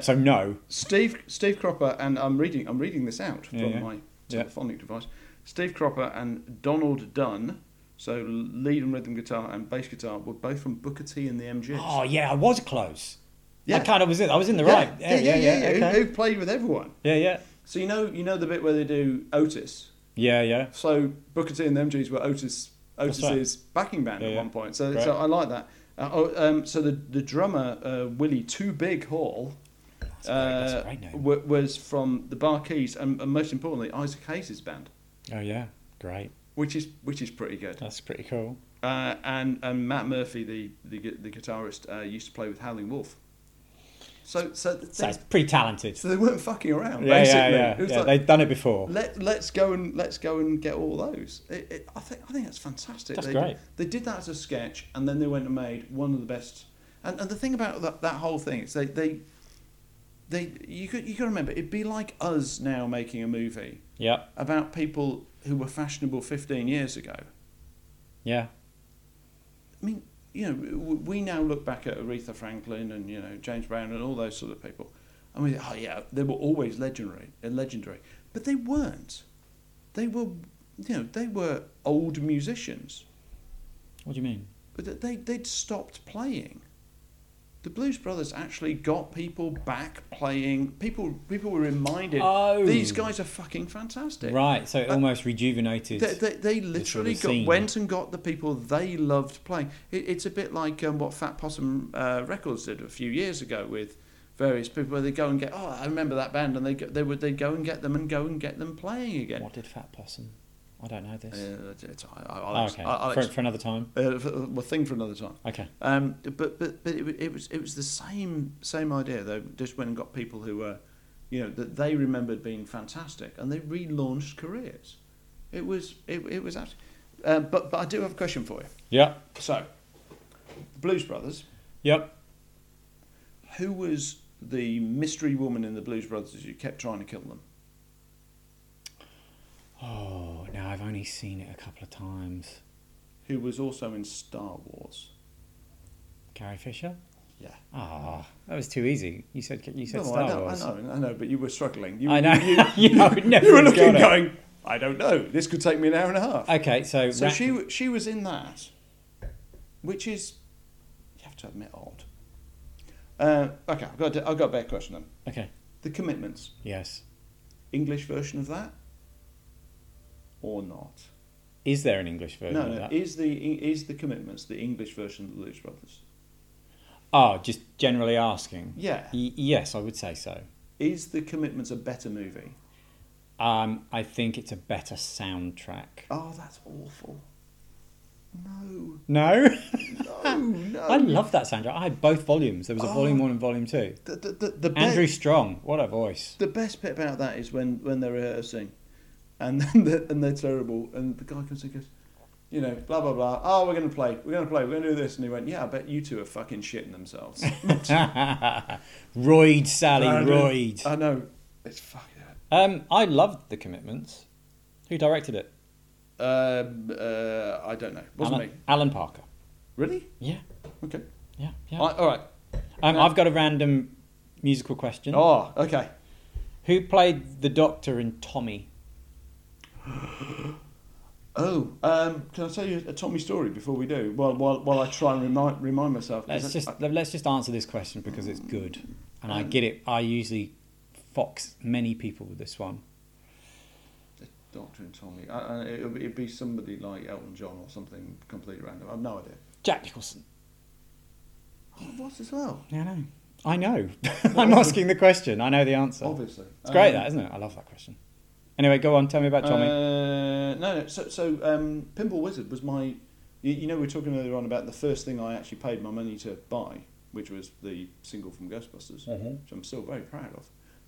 S1: (laughs) so no.
S2: Steve Steve Cropper and I'm reading I'm reading this out from
S1: Yeah, yeah.
S2: my
S1: Yeah.
S2: telephonic device. Steve Cropper and Donald Dunn, so lead and rhythm guitar and bass guitar, were both from Booker T and the MGs.
S1: Oh yeah, I was close.
S2: Yeah.
S1: Yeah. That kind of was it. I was in the
S2: Yeah,
S1: right.
S2: Yeah, yeah, yeah.
S1: Yeah,
S2: Who,
S1: okay.
S2: who played with everyone?
S1: yeah, yeah,
S2: So you know you know the bit where they do Otis.
S1: yeah, yeah.
S2: So Booker T and the MGs were Otis
S1: That's right.
S2: Otis's backing band
S1: Yeah,
S2: at
S1: yeah.
S2: one point. So,
S1: Right.
S2: so I like that. Uh, oh, um, so the the drummer uh, Willie Too Big Hall
S1: That's, a great, that's a
S2: uh,
S1: great name.
S2: wa- was from the Barkeys and, and most importantly Isaac Hayes' band,
S1: oh yeah, great.
S2: which is which is pretty good.
S1: That's pretty cool.
S2: Uh, and and Matt Murphy, the the, gu- the guitarist, uh, used to play with Howling Wolf. So so they,
S1: So it's pretty talented.
S2: so they weren't fucking around.
S1: Yeah,
S2: basically.
S1: yeah, yeah.
S2: It was
S1: yeah
S2: like,
S1: they've done it before.
S2: let let's go and let's go and get all those. It, it, I think I think that's fantastic.
S1: That's
S2: they,
S1: great.
S2: They did that as a sketch, and then they went and made one of the best. And, and the thing about that, that whole thing is they they they you could you got to remember it'd be like us now making a movie
S1: Yeah,
S2: about people who were fashionable 15 years ago.
S1: yeah,
S2: I mean, you know, w- we now look back at Aretha Franklin and you know James Brown and all those sort of people. I mean, oh yeah, they were always legendary, uh, legendary, but they weren't. They were, you know, they were old musicians,
S1: What do you mean?
S2: but th- they they'd stopped playing. The Blues Brothers actually got people back playing. People people were reminded
S1: Oh.
S2: these guys are fucking fantastic.
S1: Right. So it
S2: Uh,
S1: almost rejuvenated.
S2: They, they, they
S1: sort
S2: literally
S1: of scene.
S2: got, went and got the people they loved playing. It, it's a bit like um, what Fat Possum uh, Records did a few years ago with various people where they go and get, oh, I remember that band, and they go, they would they go and get them and go and get them playing again.
S1: What did Fat Possum? I don't know this.
S2: Uh, it's, I, I,
S1: Oh,
S2: I'll, ex-
S1: okay.
S2: I- I'll
S1: for,
S2: ex-
S1: for another time.
S2: uh, f- uh, well, thing for another time.
S1: Okay.
S2: Um, but but but it, wa- it was it was the same same idea. They just went and got people who were, you know, that they remembered being fantastic, and they relaunched careers. It was it, it was actually. Uh, but but I do have a question for you.
S1: Yep.
S2: So, the Blues Brothers.
S1: Yep.
S2: Who was the mystery woman in the Blues Brothers who kept trying to kill them?
S1: Oh, now I've only seen it a couple of times.
S2: Who was also in Star Wars?
S1: Carrie Fisher.
S2: Yeah.
S1: Ah, that was too easy. You said you said
S2: no,
S1: Star
S2: I know,
S1: Wars.
S2: I know, I know, but you were struggling. You,
S1: I
S2: (laughs)
S1: know. (laughs)
S2: You,
S1: You know, I would never
S2: (laughs) you were
S1: have
S2: looking,
S1: got it.
S2: going. I don't know. This could take me an hour and a half.
S1: Okay, so,
S2: so
S1: Ra-
S2: she wa- she was in that, which is, you have to admit, odd. Uh, okay, I've got, to, I've got a better question then.
S1: Okay.
S2: The commitments.
S1: Yes.
S2: English version of that? Or not?
S1: Is there an English version
S2: no,
S1: of
S2: no.
S1: that?
S2: Is the e, is the commitments the English version of the Blues Brothers?
S1: oh, just generally asking.
S2: Yeah.
S1: Y- yes, I would say so.
S2: Is the commitments a better movie?
S1: Um, I think it's a better soundtrack.
S2: Oh, that's awful. No,
S1: No, (laughs)
S2: no, no.
S1: I love that soundtrack. I had both volumes. There was a
S2: Oh.
S1: volume one and volume two.
S2: the the the, the, be-
S1: Andrew Strong, what a voice! (laughs)
S2: the best bit about that is when when they're rehearsing, and (laughs) then they're, and they're terrible, and the guy comes and goes, you know, blah blah blah. Oh, we're gonna play, we're gonna play, we're gonna do this, and he went, yeah, I bet you two are fucking
S1: (laughs)
S2: shitting themselves.
S1: Royd, Sally,
S2: I know.
S1: Royd.
S2: I know. It's fucking.
S1: Um, I loved the commitments. Who directed it?
S2: Um, uh, I don't know. Wasn't
S1: Alan,
S2: me.
S1: Alan Parker.
S2: Really?
S1: Yeah,
S2: Okay.
S1: yeah, yeah.
S2: I, all right.
S1: um, I've got a random musical question.
S2: Oh, okay.
S1: Who played the Doctor in Tommy?
S2: Oh, um, can I tell you a Tommy story before we do? While while, while I try and remind remind myself. 'cause
S1: Let's
S2: I-
S1: just
S2: I-
S1: let's just answer this question because it's good, and
S2: Um,
S1: I get it. I usually fox many people with this one.
S2: Doctor and Tommy. I, I, it'd, be, it'd be somebody like Elton John or something completely random. I've no idea.
S1: Jack Nicholson.
S2: Oh, it was as well.
S1: I know. I know. (laughs) I'm asking the question. I know the answer.
S2: Obviously.
S1: It's great,
S2: Um,
S1: that isn't it? I love that question. Anyway, go on. Tell me about Tommy.
S2: Uh, no, no. So, so um, Pinball Wizard was my. You, you know, we were talking earlier on about the first thing I actually paid my money to buy, which was the single from Ghostbusters,
S1: Mhm.
S2: which I'm still very proud of.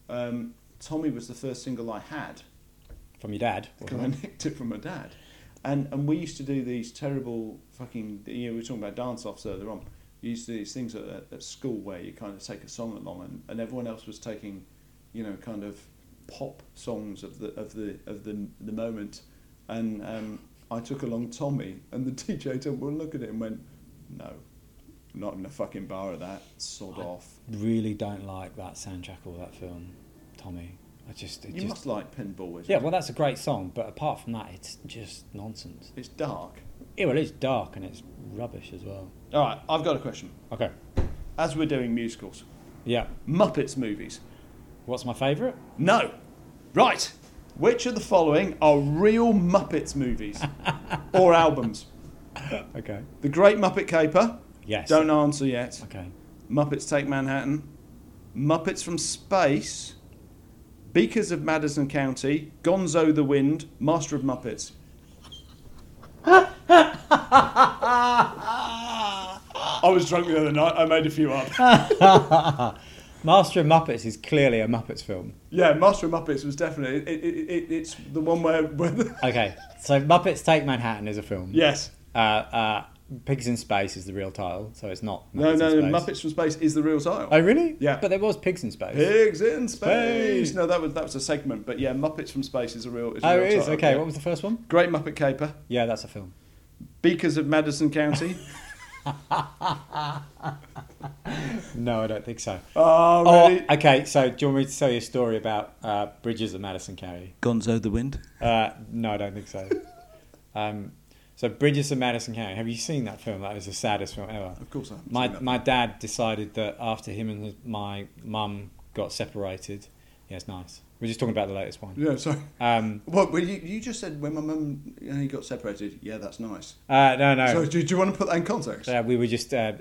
S2: Um, Tommy was the first single I had
S1: From your dad.
S2: because I nicked it from my dad. And and we used to do these terrible fucking. You know, we were talking about dance offs earlier on. You used to do these things at, at- at school where you kind of take a song along, and, and everyone else was taking, you know, kind of pop songs of the of the of the the moment, and um, I took along Tommy, and the (laughs) DJ took one look at it and went, no, not in a fucking bar of that. Sod
S1: I-
S2: off.
S1: Really don't like that soundtrack or that film, Tommy. I just it
S2: You
S1: just
S2: must like Pinball Wizard.
S1: yeah. Well, that's a great song, but apart from that, it's just nonsense.
S2: It's dark.
S1: Yeah, well, it's dark and it's rubbish as well.
S2: All right, I've got a question.
S1: Okay.
S2: As we're doing musicals,
S1: Yeah.
S2: Muppets movies.
S1: What's my favourite?
S2: No. Right. Which of the following are real Muppets
S1: (laughs)
S2: movies or albums?
S1: Okay.
S2: The Great Muppet Caper.
S1: Yes.
S2: Don't answer yet. (laughs)
S1: Okay.
S2: Muppets Take Manhattan. Muppets from Space. Beakers of Madison County. Gonzo the Wind. Master of Muppets. I was drunk the other night. I made a
S1: (laughs)
S2: few up.
S1: Master of Muppets is clearly a Muppets film.
S2: Yeah, Master of Muppets was definitely. It, it, it, it's the one where. where the, (laughs)
S1: Okay. So Muppets Take Manhattan is a film.
S2: yes.
S1: Uh, uh, Pigs in Space is the real title, so it's not. Muppets
S2: No, no,
S1: in
S2: no.
S1: Space.
S2: Muppets from Space is the real title.
S1: Oh, really?
S2: Yeah.
S1: But there was Pigs in Space.
S2: Pigs in space.
S1: Space.
S2: No, that was that was a segment, but yeah, Muppets from Space is a real. Is a
S1: Oh,
S2: real
S1: it is.
S2: title,
S1: Okay.
S2: yeah.
S1: What was the first one?
S2: Great Muppet Caper,
S1: Yeah, that's a film.
S2: Beakers of Madison
S1: (laughs)
S2: County.
S1: No, I don't think so.
S2: oh,
S1: Oh,
S2: really?
S1: okay. So, do you want me to tell you a story about uh, Bridges of Madison County?
S2: Gonzo the Wind.
S1: Uh, no, I don't think
S2: (laughs)
S1: so. um, so, Bridges of Madison County. Have you seen that film? That is the saddest film ever.
S2: Of course, I haven't
S1: My
S2: seen that.
S1: my dad decided that after him and his, my mum got separated. Yeah, it's nice. We're just talking about the latest one.
S2: Yeah, sorry.
S1: Um,
S2: What? Well, you, you just said when my mum and he got separated. Yeah, that's nice.
S1: uh, no, no.
S2: So do, do you want to put that in context?
S1: Uh, we were just uh,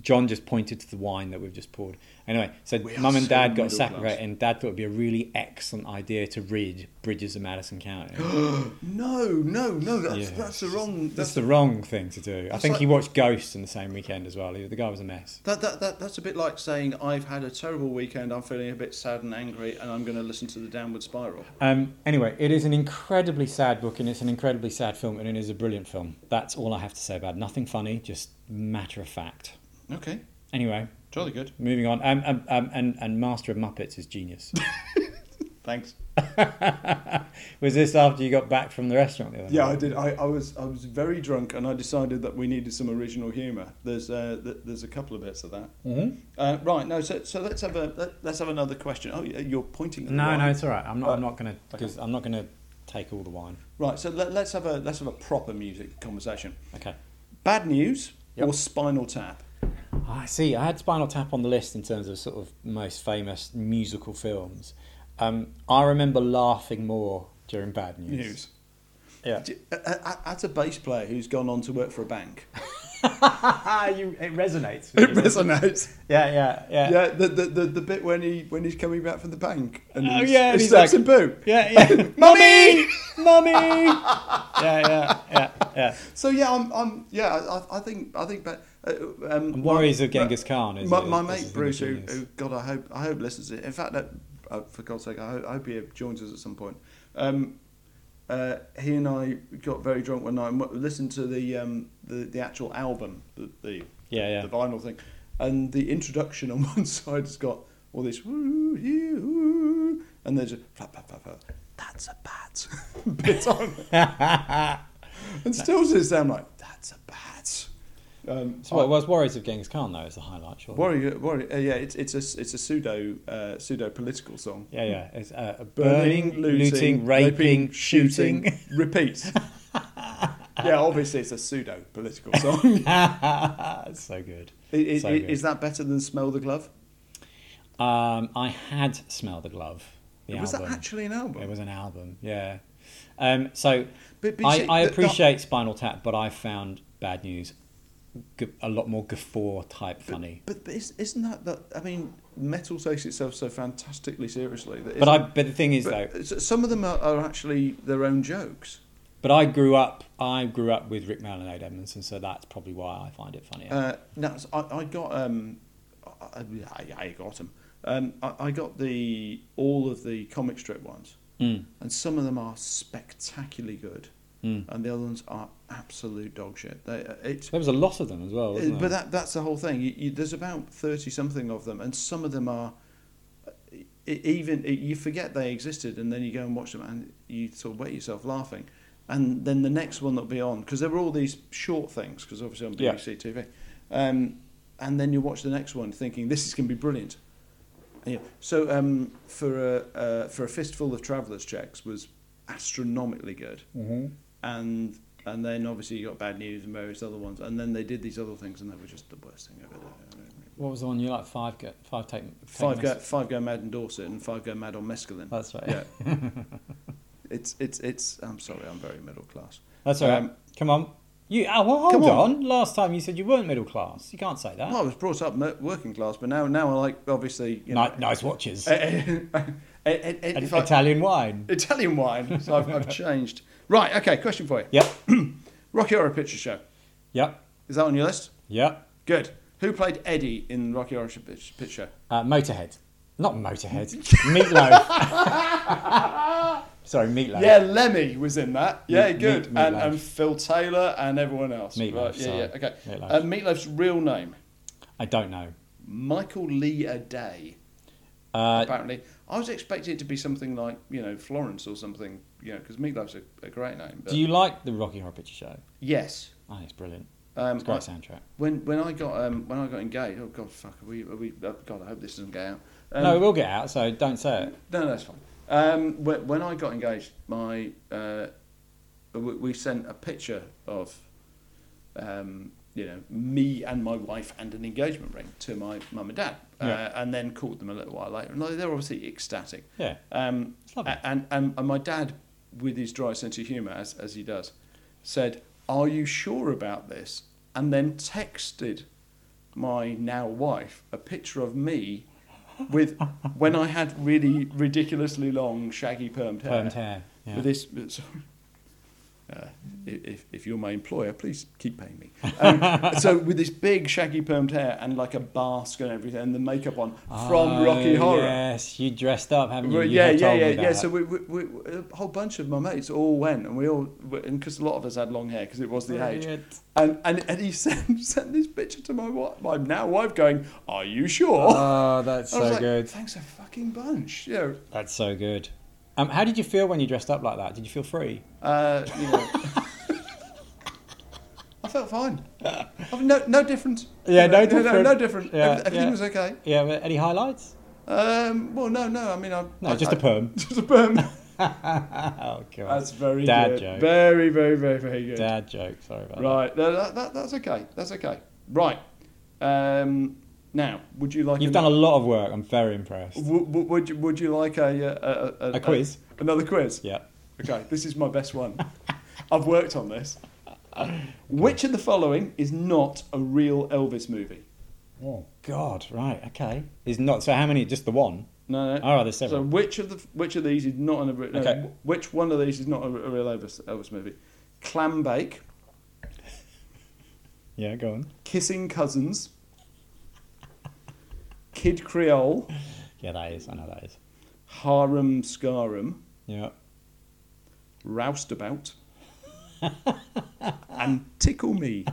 S1: John just pointed to the wine that we've just poured. Anyway, so
S2: We are
S1: mum and
S2: so
S1: dad got
S2: middle
S1: separated,
S2: class.
S1: and dad thought it'd be a really excellent idea to read Bridges of Madison County.
S2: (gasps) No, no, no. (gasps) That's
S1: Yeah,
S2: that's the
S1: it's
S2: wrong.
S1: That's
S2: That's
S1: the wrong thing to do. I
S2: That's
S1: think
S2: like-
S1: he watched Ghosts in the same weekend as well. He- The guy was a mess.
S2: That, that, that, that's a bit like saying, I've had a terrible weekend, I'm feeling a bit sad and angry, and I'm going to listen to The Downward Spiral.
S1: Um, anyway, it is an incredibly sad book, and it's an incredibly sad film, and it is a brilliant film. That's all I have to say about it. Nothing funny, just matter of fact.
S2: Okay,
S1: Anyway,
S2: jolly good.
S1: moving on. Um, um, um, and, and Master of Muppets is genius. (laughs)
S2: Thanks.
S1: was this after you got back from the restaurant the other
S2: Yeah,
S1: night?
S2: I did. I, I was I was very drunk, and I decided that we needed some original humour. There's uh, th- there's a couple of bits of that.
S1: Mhm.
S2: Uh, right. No. So so let's have a let, let's have another question. Oh, yeah, you're pointing. At the
S1: No,
S2: wine.
S1: no, it's all right. I'm not.
S2: Uh,
S1: I'm not gonna because I'm not gonna take all the wine.
S2: Right. So let, let's have a let's have a proper music conversation.
S1: Okay.
S2: Bad news
S1: Yep.
S2: or Spinal Tap?
S1: Ah, I see. I had Spinal Tap on the list in terms of sort of most famous musical films. Um, I remember laughing more during Bad News.
S2: News.
S1: Yeah.
S2: D- a- a- That's a bass player who's gone on to work for a
S1: (laughs)
S2: bank.
S1: Ah, you, it resonates.
S2: It resonates.
S1: Yeah, yeah, yeah.
S2: Yeah, the, the, the, the bit when he when he's coming back from the bank and
S1: Oh,
S2: he's,
S1: yeah, and
S2: he
S1: he's
S2: steps
S1: like-
S2: in poo.
S1: Yeah, yeah. (laughs) Mummy! (laughs) Mummy! yeah, yeah, yeah, yeah.
S2: So yeah, I'm, I'm yeah, I- I, I think I think but uh, um,
S1: And Warriors
S2: my-
S1: of Genghis Khan is
S2: my,
S1: a-
S2: my
S1: is
S2: mate
S1: a
S2: Bruce, who,
S1: genius.
S2: who God, I hope I hope listens to it. In fact, that, uh, for God's sake, I hope, I hope he joins us at some point. Um, uh, he and I got very drunk one night and w- listened to the um, the, the actual album, the the,
S1: Yeah, yeah.
S2: the vinyl thing, and the introduction on (laughs) one side has got all this woo, yeah, woo, and there's a flap, flap, flap, flap. That's a bat (laughs) bit on, it.
S1: (laughs)
S2: and still to this day I'm like, that's a bat. Um,
S1: So what was Warriors of Genghis Khan though is the highlight, surely.
S2: Worry, worry. Uh, yeah, it's it's a it's a pseudo uh, pseudo political song.
S1: yeah, yeah. It's uh, burning, looting, raping, shooting.
S2: (laughs) repeat. yeah, obviously it's a pseudo
S1: (laughs)
S2: political song.
S1: (laughs) it's so good.
S2: I- i-
S1: so
S2: i-
S1: good.
S2: is that better than "Smell the Glove"?
S1: Um, I had Smell the Glove. The
S2: was
S1: album.
S2: that actually an album?
S1: It was an album, yeah. Um, so
S2: But- but you
S1: I,
S2: see,
S1: I
S2: that- that-
S1: appreciate Spinal Tap, but I found Bad News g- a lot more guffaw type funny.
S2: But, but is, isn't that that? I mean, metal takes itself so fantastically seriously. That
S1: But I but the thing is though,
S2: some of them are, are actually their own jokes.
S1: but I grew up I grew up with Rick Mail and Ed Edmondson, so that's probably why I find it funnier.
S2: Uh, no, so I, I got um, I, I- I got 'em. Um, I, I got the all of the comic strip ones,
S1: Mm.
S2: and some of them are spectacularly good,
S1: Mm.
S2: and the other ones are absolute dog shit. They, uh, it's
S1: There was a lot of them as well, wasn't
S2: but
S1: there?
S2: that that's the whole thing. You, you, there's about thirty something of them, and some of them are. e- Even you forget they existed, and then you go and watch them, and you sort of wet yourself laughing. And then the next one that'll be on, because there were all these short things, because obviously on
S1: Yeah.
S2: BBC TV. Um, and then you watch the next one, thinking this is going to be brilliant. Yeah. So um, for a uh, for a fistful of travellers checks was astronomically good
S1: mm-hmm.
S2: and and then obviously you got bad news and various other ones, and then they did these other things, and they were just the worst thing ever.
S1: What was the one you like? Five go, five take, take
S2: Five go,
S1: mess-
S2: five go mad in Dorset, and five go mad on mescaline.
S1: That's right. (laughs)
S2: yeah, it's it's it's. I'm sorry, I'm very middle class.
S1: That's all right.
S2: Um,
S1: come on. You oh, well, hold
S2: Come on.
S1: on. Last time you said you weren't middle class. You can't say that.
S2: Well, I was brought up mo- working class, but now now I like obviously you know.
S1: Ni- nice watches.
S2: (laughs) eh, eh, eh, eh, eh, eh,
S1: and
S2: if I-
S1: Italian wine.
S2: Italian wine. So I've, I've changed. Right. Okay. Question for you.
S1: Yep.
S2: Rocky Horror Picture Show.
S1: Yep.
S2: Is that on your list?
S1: Yep.
S2: Good. Who played Eddie in Rocky Horror Picture Picture Show?
S1: Uh, Motorhead. Not Motorhead.
S2: (laughs)
S1: Meatloaf. (laughs) Sorry, Meatloaf.
S2: Yeah, Lemmy was in that. Yeah,
S1: Meat-
S2: good.
S1: Meat-
S2: and,
S1: Meatloaf.
S2: and Phil Taylor and everyone else.
S1: Meatloaf,
S2: right, yeah,
S1: sorry.
S2: yeah. Okay.
S1: Meatloaf.
S2: Uh, Meatloaf's real name,
S1: I don't know.
S2: Michael Lee A Day.
S1: Uh,
S2: apparently, I was expecting it to be something like you know Florence or something. You know, because Meatloaf's a, a great name. But
S1: do you like the Rocky Horror Picture Show?
S2: Yes.
S1: Oh, it's brilliant.
S2: Um,
S1: It's a great
S2: I-
S1: soundtrack.
S2: when when I got um, when I got engaged, oh god, fuck, are we, are we oh, God, I hope this doesn't get out. Um,
S1: no, it will get out, so don't say it.
S2: No, no, that's fine. Um, when, when I got engaged, my uh, we, we sent a picture of um, you know me and my wife and an engagement ring to my mum and dad,
S1: Yeah.
S2: uh, and then called them a little while later. And like, they're obviously ecstatic.
S1: Yeah.
S2: Um,
S1: It's lovely.
S2: a- and, and and my dad, with his dry sense of humour as as he does, said, "Are you sure about this?" And then texted my now wife a picture of me with when I had really ridiculously long shaggy permed hair.
S1: Permed hair. Yeah.
S2: With this, so, uh, if if you're my employer, please keep paying
S1: (laughs)
S2: me. Um, so with this big shaggy permed hair and like a basque and everything, and the makeup on from
S1: Oh,
S2: Rocky Horror.
S1: Yes, you dressed up, haven't you?
S2: Well,
S1: You
S2: yeah,
S1: have
S2: yeah,
S1: told
S2: yeah,
S1: me
S2: yeah.
S1: that.
S2: So we, we, we, a whole bunch of my mates all went, and we all, and because a lot of us had long hair because it was the age.
S1: Brilliant.
S2: And, and and he (laughs) sent sent this picture to my wife, my now wife, going, "Are you sure?"
S1: Oh, that's
S2: (laughs) I was
S1: so
S2: like,
S1: good.
S2: Thanks a fucking bunch. Yeah.
S1: That's so good. Um, how did you feel when you dressed up like that? Did you feel free?
S2: Uh, you know. (laughs) I felt fine. I've no no different.
S1: Yeah, no
S2: No,
S1: different.
S2: no different.
S1: Yeah,
S2: Everyth- Everything
S1: yeah.
S2: was okay.
S1: Yeah, were- any highlights?
S2: Um, well, no, no. I mean, I
S1: No,
S2: I-
S1: just a
S2: I-
S1: perm.
S2: (laughs)
S1: (laughs)
S2: Just a perm.
S1: oh, God.
S2: That's very
S1: Dad
S2: good.
S1: joke.
S2: Very, very, very, very good.
S1: Dad joke. Sorry about that.
S2: Right, no, that, that, that's okay. That's okay. Right, Um, now, would you like?
S1: You've done a lot of work. I'm very impressed.
S2: Would, would you would you like a a, a,
S1: A quiz?
S2: another quiz.
S1: Yeah.
S2: Okay, this is my best
S1: (laughs)
S2: one. I've worked on this. Which of the following is not a real Elvis movie?
S1: Oh God. Right. Okay. Is not. So how many? Just the one.
S2: No, no.
S1: All right. There's
S2: so
S1: Uh, seven.
S2: which of the which of these is not an, no,
S1: Okay.
S2: which one of these is not a, a real Elvis Elvis movie? Clam bake,
S1: yeah. Go on.
S2: kissing cousins, kid Creole,
S1: Yeah, that is. I know that is.
S2: harem scarum,
S1: Yeah. (laughs)
S2: roustabout, and tickle me.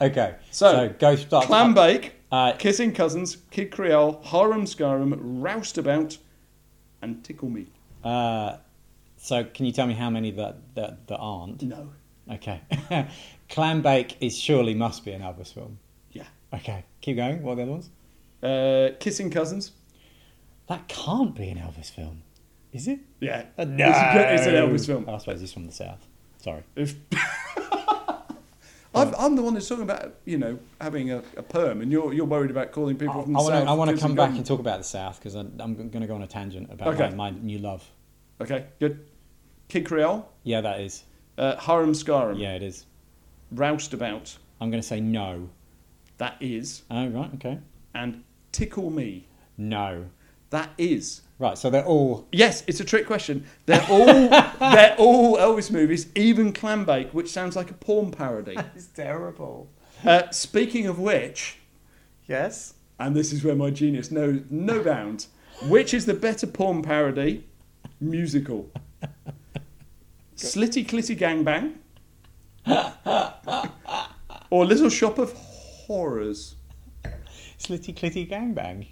S1: Okay.
S2: So,
S1: So, go start.
S2: Clam bake,
S1: Uh,
S2: Kissing Cousins, Kid Creole, Harem Scarum, Roustabout, and Tickle Me.
S1: uh, so can you tell me how many that that, that aren't?
S2: No.
S1: Okay. (laughs) Clam bake is surely must be an Elvis film.
S2: Yeah.
S1: Okay. Keep going. What are the other ones?
S2: Uh, Kissing Cousins.
S1: That can't be an Elvis film, is it?
S2: Yeah.
S1: Uh,
S2: It's, a good- it's an Elvis film.
S1: Oh, I suppose he's from the south. Sorry. (laughs)
S2: If- I'm, I'm the one that's talking about, you know, having a, a perm, and you're, you're worried about calling people from the
S1: I
S2: south.
S1: wanna- I want to
S2: Kissing
S1: come back and
S2: Cousins.
S1: talk about the south because I'm, I'm going to go on a tangent about
S2: Okay.
S1: my, my new love.
S2: Okay, good. Kid Creole,
S1: Yeah, that is.
S2: uh, Harem Scarum,
S1: Yeah, it is.
S2: Roustabout,
S1: I'm going to say no.
S2: that is,
S1: Oh right. Okay.
S2: and Tickle Me,
S1: No.
S2: that is.
S1: Right. So they're all.
S2: Yes, it's a trick question. They're all they're all Elvis movies, even Clambake, which sounds like a porn parody.
S1: It's terrible.
S2: Uh, speaking of which,
S1: Yes.
S2: and this is where my genius knows no bounds. Which is the better porn parody musical? Slitty Clitty Gangbang, or Little Shop of Horrors?
S1: Slitty clitty gangbang.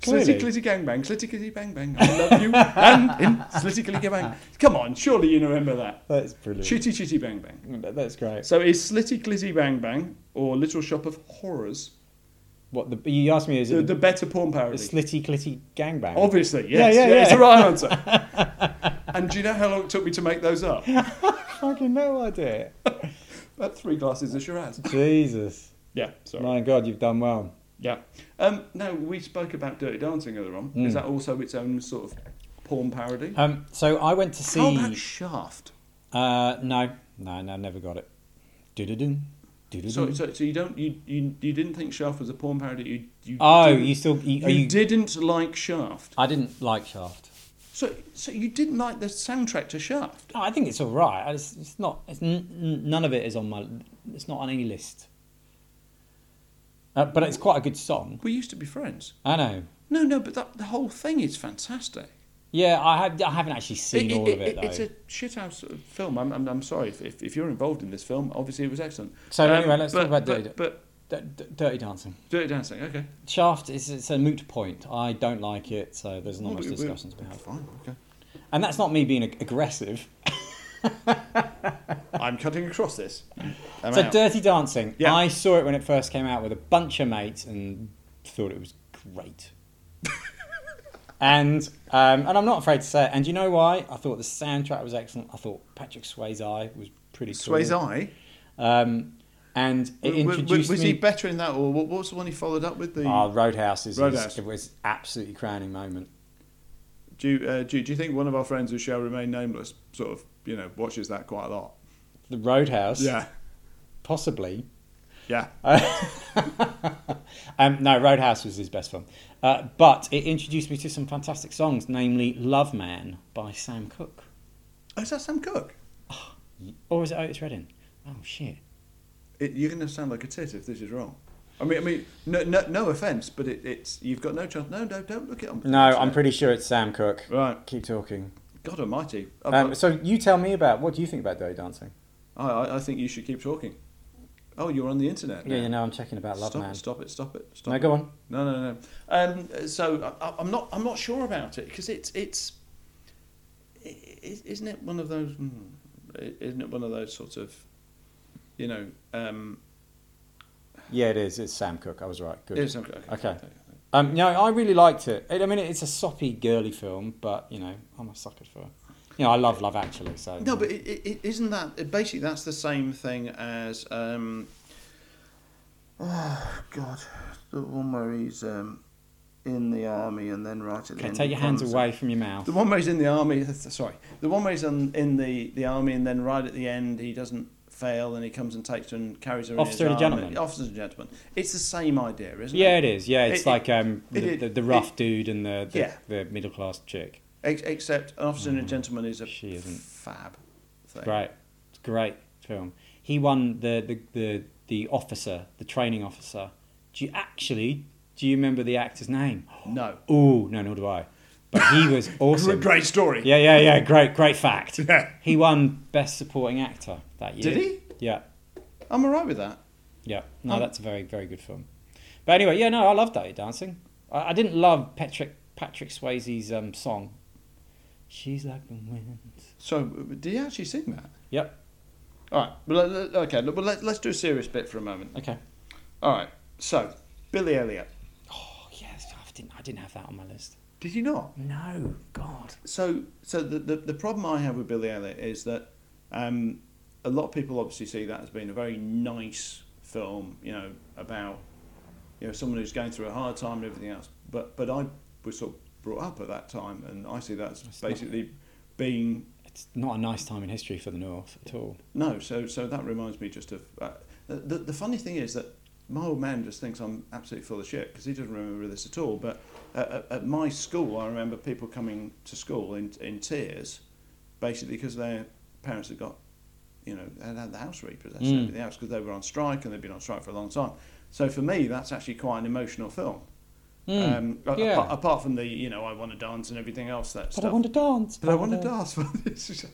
S2: Slitty Clitty Gangbang, Slitty Clitty Bang Bang, I love you, and in Slitty Clitty Bang. Come on, surely you remember that.
S1: That's brilliant.
S2: Chitty Chitty Bang Bang.
S1: That- That's great.
S2: So is Slitty Glitty Bang Bang or Little Shop of Horrors
S1: What the, you asked me is
S2: the,
S1: it
S2: the better porn
S1: the
S2: parody?
S1: slitty clitty gangbang?
S2: Obviously, yes.
S1: Yeah,
S2: Yeah,
S1: yeah,
S2: It's
S1: yeah.
S2: the right answer.
S1: (laughs)
S2: and do you know how long it took me to make those up?
S1: Fucking no idea.
S2: About three glasses of Shiraz.
S1: Jesus.
S2: Yeah, sorry.
S1: My God, you've done well.
S2: Yeah. Um, no, we spoke about Dirty Dancing earlier on.
S1: Hmm.
S2: Is that also its own sort of porn parody?
S1: Um, so I went to see.
S2: How about Shaft?
S1: Uh, no, no, no, never got it. Doo-doo-doo. Doo-doo-doo.
S2: So, so, so you don't you, you you didn't think Shaft was a porn parody? You you
S1: oh,
S2: didn't,
S1: you still? You,
S2: you,
S1: are you-
S2: didn't like Shaft.
S1: I didn't like Shaft.
S2: So so you didn't like the soundtrack to Shaft.
S1: No, I think it's all right. It's, it's not. It's n- n- none of it is on my. It's not on any list. Uh, but it's quite a good song.
S2: We used to be friends.
S1: I know.
S2: No, no, but that, the whole thing is fantastic.
S1: Yeah, I have. I haven't actually seen
S2: It-
S1: all of it though.
S2: it's a shithouse of film. I'm, I'm, I'm sorry if, if, if you're involved in this film. Obviously, it was excellent. Um,
S1: So anyway, let's
S2: but,
S1: talk about
S2: but,
S1: Dirty-
S2: But
S1: D- d- Dirty Dancing.
S2: Dirty Dancing, okay.
S1: Shaft is it's a moot point. I don't like it, so there's not much
S2: We- we-
S1: discussion to be had.
S2: Fine, okay.
S1: And that's not me being ag- aggressive.
S2: (laughs) I'm cutting across this. I'm
S1: so
S2: out.
S1: Dirty Dancing.
S2: Yeah.
S1: I saw it when it first came out with a bunch of mates and thought it was
S2: (laughs)
S1: great. and um, and I'm not afraid to say it. And you know why? I thought the soundtrack was excellent. I thought Patrick Swayze was pretty cool.
S2: Sway's Eye.
S1: Um, and it
S2: W- w-
S1: introduced
S2: w- was
S1: me.
S2: he better in that, or what, what was the one he followed up with? The
S1: Oh, Roadhouse is
S2: Roadhouse.
S1: Is, it was absolutely crowning moment.
S2: do, you, uh, do, you- do you think one of our friends who shall remain nameless sort of you know watches that quite a lot?
S1: The Roadhouse,
S2: Yeah,
S1: possibly.
S2: yeah.
S1: (laughs) um, no, Roadhouse was his best film. Uh, but it introduced me to some fantastic songs, namely Love Man by Sam Cooke.
S2: Oh, is that Sam Cooke?
S1: Or is it Otis Redding? Oh, shit.
S2: It, you're going to sound like a tit if this is wrong. I mean, I mean, no, no, no offence, but it, it's you've got no chance. No, no, don't look at them.
S1: No, I'm pretty sure it's Sam Cooke.
S2: Right.
S1: Keep talking.
S2: God Almighty. I've
S1: Um,
S2: got-
S1: so you tell me about what do you think about Dirty Dancing?
S2: I, I, I think you should keep talking. Oh, you're on the internet.
S1: Yeah,
S2: now.
S1: you know, I'm checking about Love
S2: stop
S1: Man.
S2: it! Stop it! Stop it! Stop
S1: No,
S2: it!
S1: go on.
S2: No, no, no. Um, so I, I'm not. I'm not sure about it because it's it's. i- i- Isn't it one of those? hmm, i- Isn't it one of those sort of, you know, um,
S1: Yeah, it is. It's Sam Cooke. I was right. Good.
S2: it's- okay,
S1: Okay. Um, no, I really liked it. It- I mean, it's a soppy, girly film, but, you know, I'm a sucker for... You know, I love Love Actually, so...
S2: No, (sighs) but it, it, it isn't that basically that's the same thing as um,
S3: Oh God, the one where he's um, in the army and then right at the
S1: Okay,
S3: end.
S1: take
S3: he
S1: your hands
S3: comes-
S1: away from your mouth.
S2: The one where he's in the army. (laughs) Sorry, the one where he's in, in the, the army, and then right at the end, he doesn't fail, and he comes and takes her and carries her. in
S1: Officer
S2: his
S1: and a
S2: arm.
S1: gentleman.
S2: Officer and gentleman. It's the same idea, isn't
S1: Yeah,
S2: it?
S1: it is. Yeah, it's
S2: It-
S1: like um,
S2: it-
S1: the,
S2: it-
S1: the, the rough dude and the the,
S2: Yeah.
S1: the middle class chick.
S2: Ex- except an officer and a gentleman is a
S1: Mm. She isn't.
S2: fab thing.
S1: Great, it's a great film. He won the the, the the officer, the training officer. Do you actually? Do you remember the actor's name?
S2: No.
S1: Oh no, nor do I. But
S2: (laughs)
S1: he was awesome.
S2: Great story.
S1: Yeah, yeah, yeah. Great, great fact.
S2: Yeah.
S1: He won best supporting actor that year.
S2: Did he?
S1: Yeah,
S2: I'm alright with that.
S1: yeah. No,
S2: Um,
S1: that's a very, very good film. But anyway, yeah, no, I love Dirty Dancing. I, I didn't love Patrick Patrick Swayze's um, song. She's like the wind.
S2: So, did he actually sing that?
S1: Yep.
S2: All right. Well, let- let- okay. But let, let's do a serious bit for a moment.
S1: Okay.
S2: All right. So, Billy Elliot.
S1: Oh yes, I didn't. I didn't have that on my list.
S2: Did you not?
S1: No, God.
S2: so so the, the the problem I have with Billy Elliot is that um, a lot of people obviously see that as being a very nice film, you know, about you know someone who's going through a hard time and everything else. But but I was sort of brought up at that time, and I see that as
S1: not-
S2: basically being
S1: It's not a nice time in history for the North at all.
S2: no, so so that reminds me just of uh, the, the the funny thing is that my old man just thinks I'm absolutely full of shit because he doesn't remember this at all. But at, at, at my school, I remember people coming to school in in tears, basically because their parents had got, you know, had had the house repossessed
S1: Mm.
S2: and everything else because they were on strike and they'd been on strike for a long time. So for me, that's actually quite an emotional film.
S1: Mm,
S2: Um, a-
S1: yeah.
S2: apart, apart from the you know I want to dance and everything else that
S1: but
S2: stuff.
S1: I want to dance.
S2: But I want to dance. (laughs) for
S1: (laughs)
S2: this is-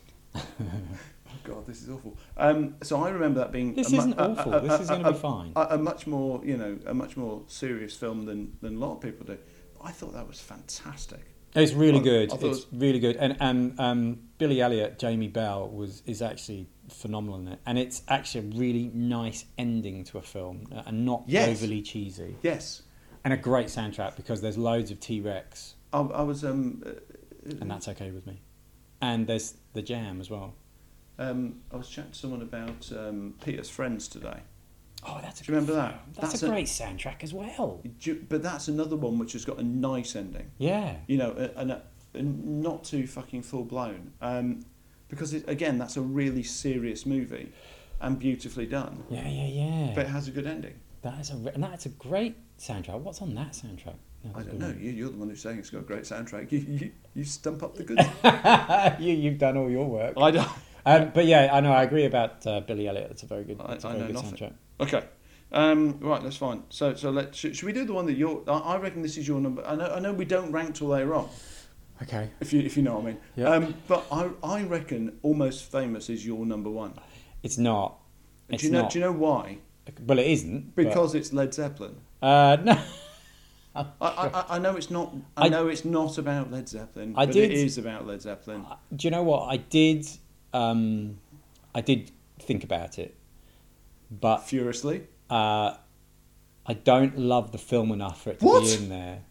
S2: oh God, this is awful. Um, so I remember that being.
S1: This
S2: mu-
S1: isn't
S2: uh,
S1: awful. This is going to
S2: a-
S1: be fine.
S2: A, a much more, you know, a much more serious film than than a lot of people do. But I thought that was fantastic.
S1: It's really
S2: I-
S1: good.
S2: I thought it
S1: it's really good. And and um, Billy Elliot, Jamie Bell was is actually phenomenal in it. And it's actually a really nice ending to a film uh, and not
S2: Yes.
S1: overly cheesy.
S2: Yes,
S1: And a great soundtrack because there's loads of T Rex
S2: I, I was. Um, uh,
S1: and that's okay with me. And there's the jam as well.
S2: um, I was chatting to someone about um, Peter's friends today.
S1: Oh, that's a
S2: Do you remember
S1: good-
S2: that?
S1: That's,
S2: That's
S1: a
S2: a-
S1: great soundtrack as well.
S2: Do you- But that's another one which has got a nice ending.
S1: Yeah.
S2: you know, a- and, a- and not too fucking full blown. Um, because it, again, that's a really serious movie and beautifully done,
S1: Yeah, yeah, yeah.
S2: but it has a good ending.
S1: that is a re- and that's a great soundtrack. What's on that soundtrack? No,
S2: I
S1: that's a
S2: don't
S1: good
S2: know.
S1: one.
S2: You, you're the one who's saying it's got a great soundtrack. You you, you stump up the
S1: (laughs)
S2: goods.
S1: (laughs) you you've done all your work.
S2: I don't.
S1: Um, but yeah, I know. I agree about uh, Billy Elliot. It's a very good.
S2: I-
S1: It's a
S2: I
S1: very
S2: know
S1: good
S2: nothing.
S1: soundtrack.
S2: Okay. Um, right, that's fine. So, so let should, should we do the one that you're? I, I reckon this is your number. I know, I know we don't rank till they're on,
S1: Okay.
S2: if you if you know what I mean.
S1: Yeah.
S2: Um, but I I reckon almost famous is your number one.
S1: It's not. It's
S2: do you know?
S1: not.
S2: Do you know why?
S1: Well, it isn't. but-
S2: Because it's Led Zeppelin.
S1: uh, no, (laughs)
S2: I, I, I know it's not. I,
S1: I-
S2: know it's not about Led Zeppelin.
S1: I
S2: but
S1: did-
S2: It is about Led Zeppelin.
S1: do you know what I did? Um, I did think about it, but
S2: Furiously.
S1: uh, I don't love the film enough for it to
S2: What?
S1: be in there.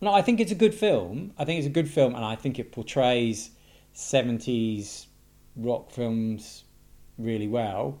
S1: No, I think it's a good film. I think it's a good film, and I think it portrays seventies rock films really well.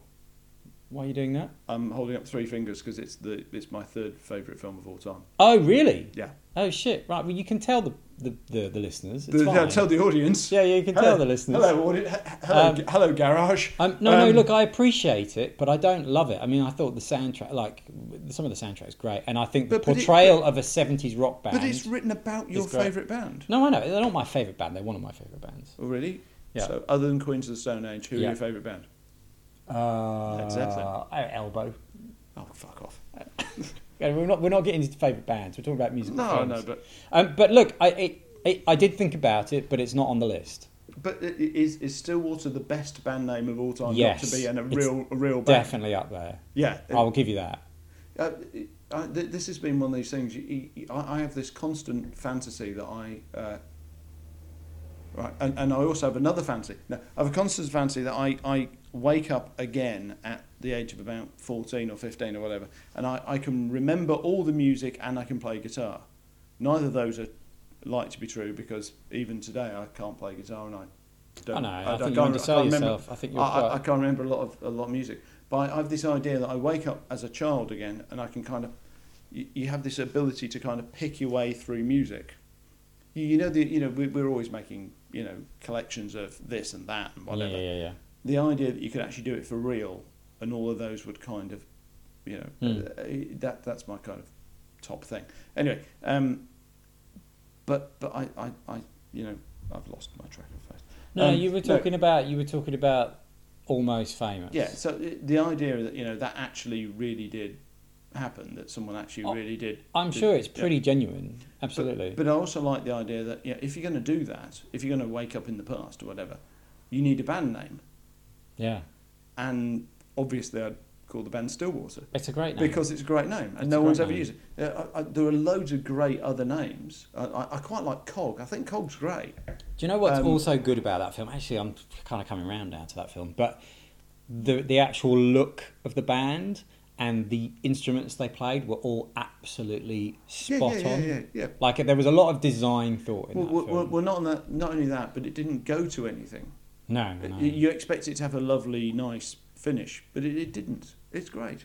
S1: Why are you doing that?
S2: I'm holding up three fingers because it's the it's my third favourite film of all time.
S1: Oh, really?
S2: Yeah.
S1: Oh shit! Right, well you can tell the the, the, the listeners. It's
S2: The-
S1: fine.
S2: yeah, tell the audience.
S1: yeah, yeah, you can
S2: Hello-
S1: tell the listeners.
S2: Hello, audience. Hello,
S1: Um,
S2: hello, garage.
S1: Um, no, no.
S2: Um,
S1: Look, I appreciate it, but I don't love it. I mean, I thought the soundtrack, like some of the soundtrack's great, and I think the
S2: But- but it-
S1: portrayal of a seventies rock band.
S2: But it's written about your
S1: great.
S2: favourite band.
S1: no, I know they're not my favorite band. They're one of my favorite bands.
S2: Oh, really?
S1: Yeah.
S2: So, other than Queens of the Stone Age, who
S1: Yeah.
S2: are your favourite band?
S1: Uh,
S2: Zeppelin.
S1: I- Elbow.
S2: Oh, fuck off.
S1: Yeah, We're not. We're not getting into favorite bands. We're talking about music.
S2: No, I know, but
S1: Um, but look, I it, it, I did think about it, but it's not on the list.
S2: but i- i- is is Stillwater the best band name of all time?
S1: Yes.
S2: Not to be and a
S1: It's
S2: real a real band.
S1: Definitely up there.
S2: Yeah.
S1: I will give you that.
S2: Uh, I, th- this has been one of these things. You, you, I, I have this constant fantasy that I. Uh, right, and, and I also have another fantasy. No, I have a constant fantasy that I, I wake up again at the age of about 14 or 15 or whatever, and I, I can remember all the music and I can play guitar. Neither of those are like to be true because even today I can't play guitar and I don't
S1: I know. I,
S2: don't-
S1: think you
S2: can't-
S1: undersell
S2: can't remember-
S1: yourself. I think you're
S2: I, I, I
S1: quite.
S2: can't remember a lot of a lot of music, But I, I have this idea that I wake up as a child again, and I can kind of, you, you have this ability to kind of pick your way through music. You, you know, the, you know, we, we're always making you know collections of this and that and whatever.
S1: Yeah, yeah, yeah.
S2: the idea that you could actually do it for real and all of those would kind of you know
S1: Hmm.
S2: uh, that that's my kind of top thing anyway um but but i i, I you know i've lost my track of thought
S1: No,
S2: Um,
S1: you were
S2: no.
S1: talking about you were talking about almost famous.
S2: yeah so i- the idea that you know that actually really did happen that someone actually
S1: Oh,
S2: really did
S1: I'm
S2: did-
S1: sure it's
S2: yeah.
S1: pretty genuine.
S2: But-
S1: Absolutely.
S2: But, I also like the idea that yeah, if you're going to do that, if you're going to wake up in the past or whatever, you need a band name.
S1: yeah,
S2: And obviously, I'd call the band Stillwater.
S1: it's a great name.
S2: because it's a great name
S1: It's a
S2: and no
S1: great
S2: one's ever
S1: name.
S2: used it. Uh, I, I, there are loads of great other names. I, I, I quite like Cog. I think Cog's great.
S1: Do you know what's
S2: Um,
S1: also good about that film? Actually, I'm kind of coming round now to that film, but the the actual look of the band and the instruments they played were all absolutely
S2: Yeah,
S1: spot
S2: yeah, yeah,
S1: on.
S2: yeah, yeah.
S1: Like there was a lot of design thought in
S2: Well,
S1: that
S2: well,
S1: film.
S2: well, well, not on that. Not only that, but it didn't go to anything.
S1: no,
S2: You-
S1: no.
S2: You expect it to have a lovely, nice finish, but it, it didn't. It's great.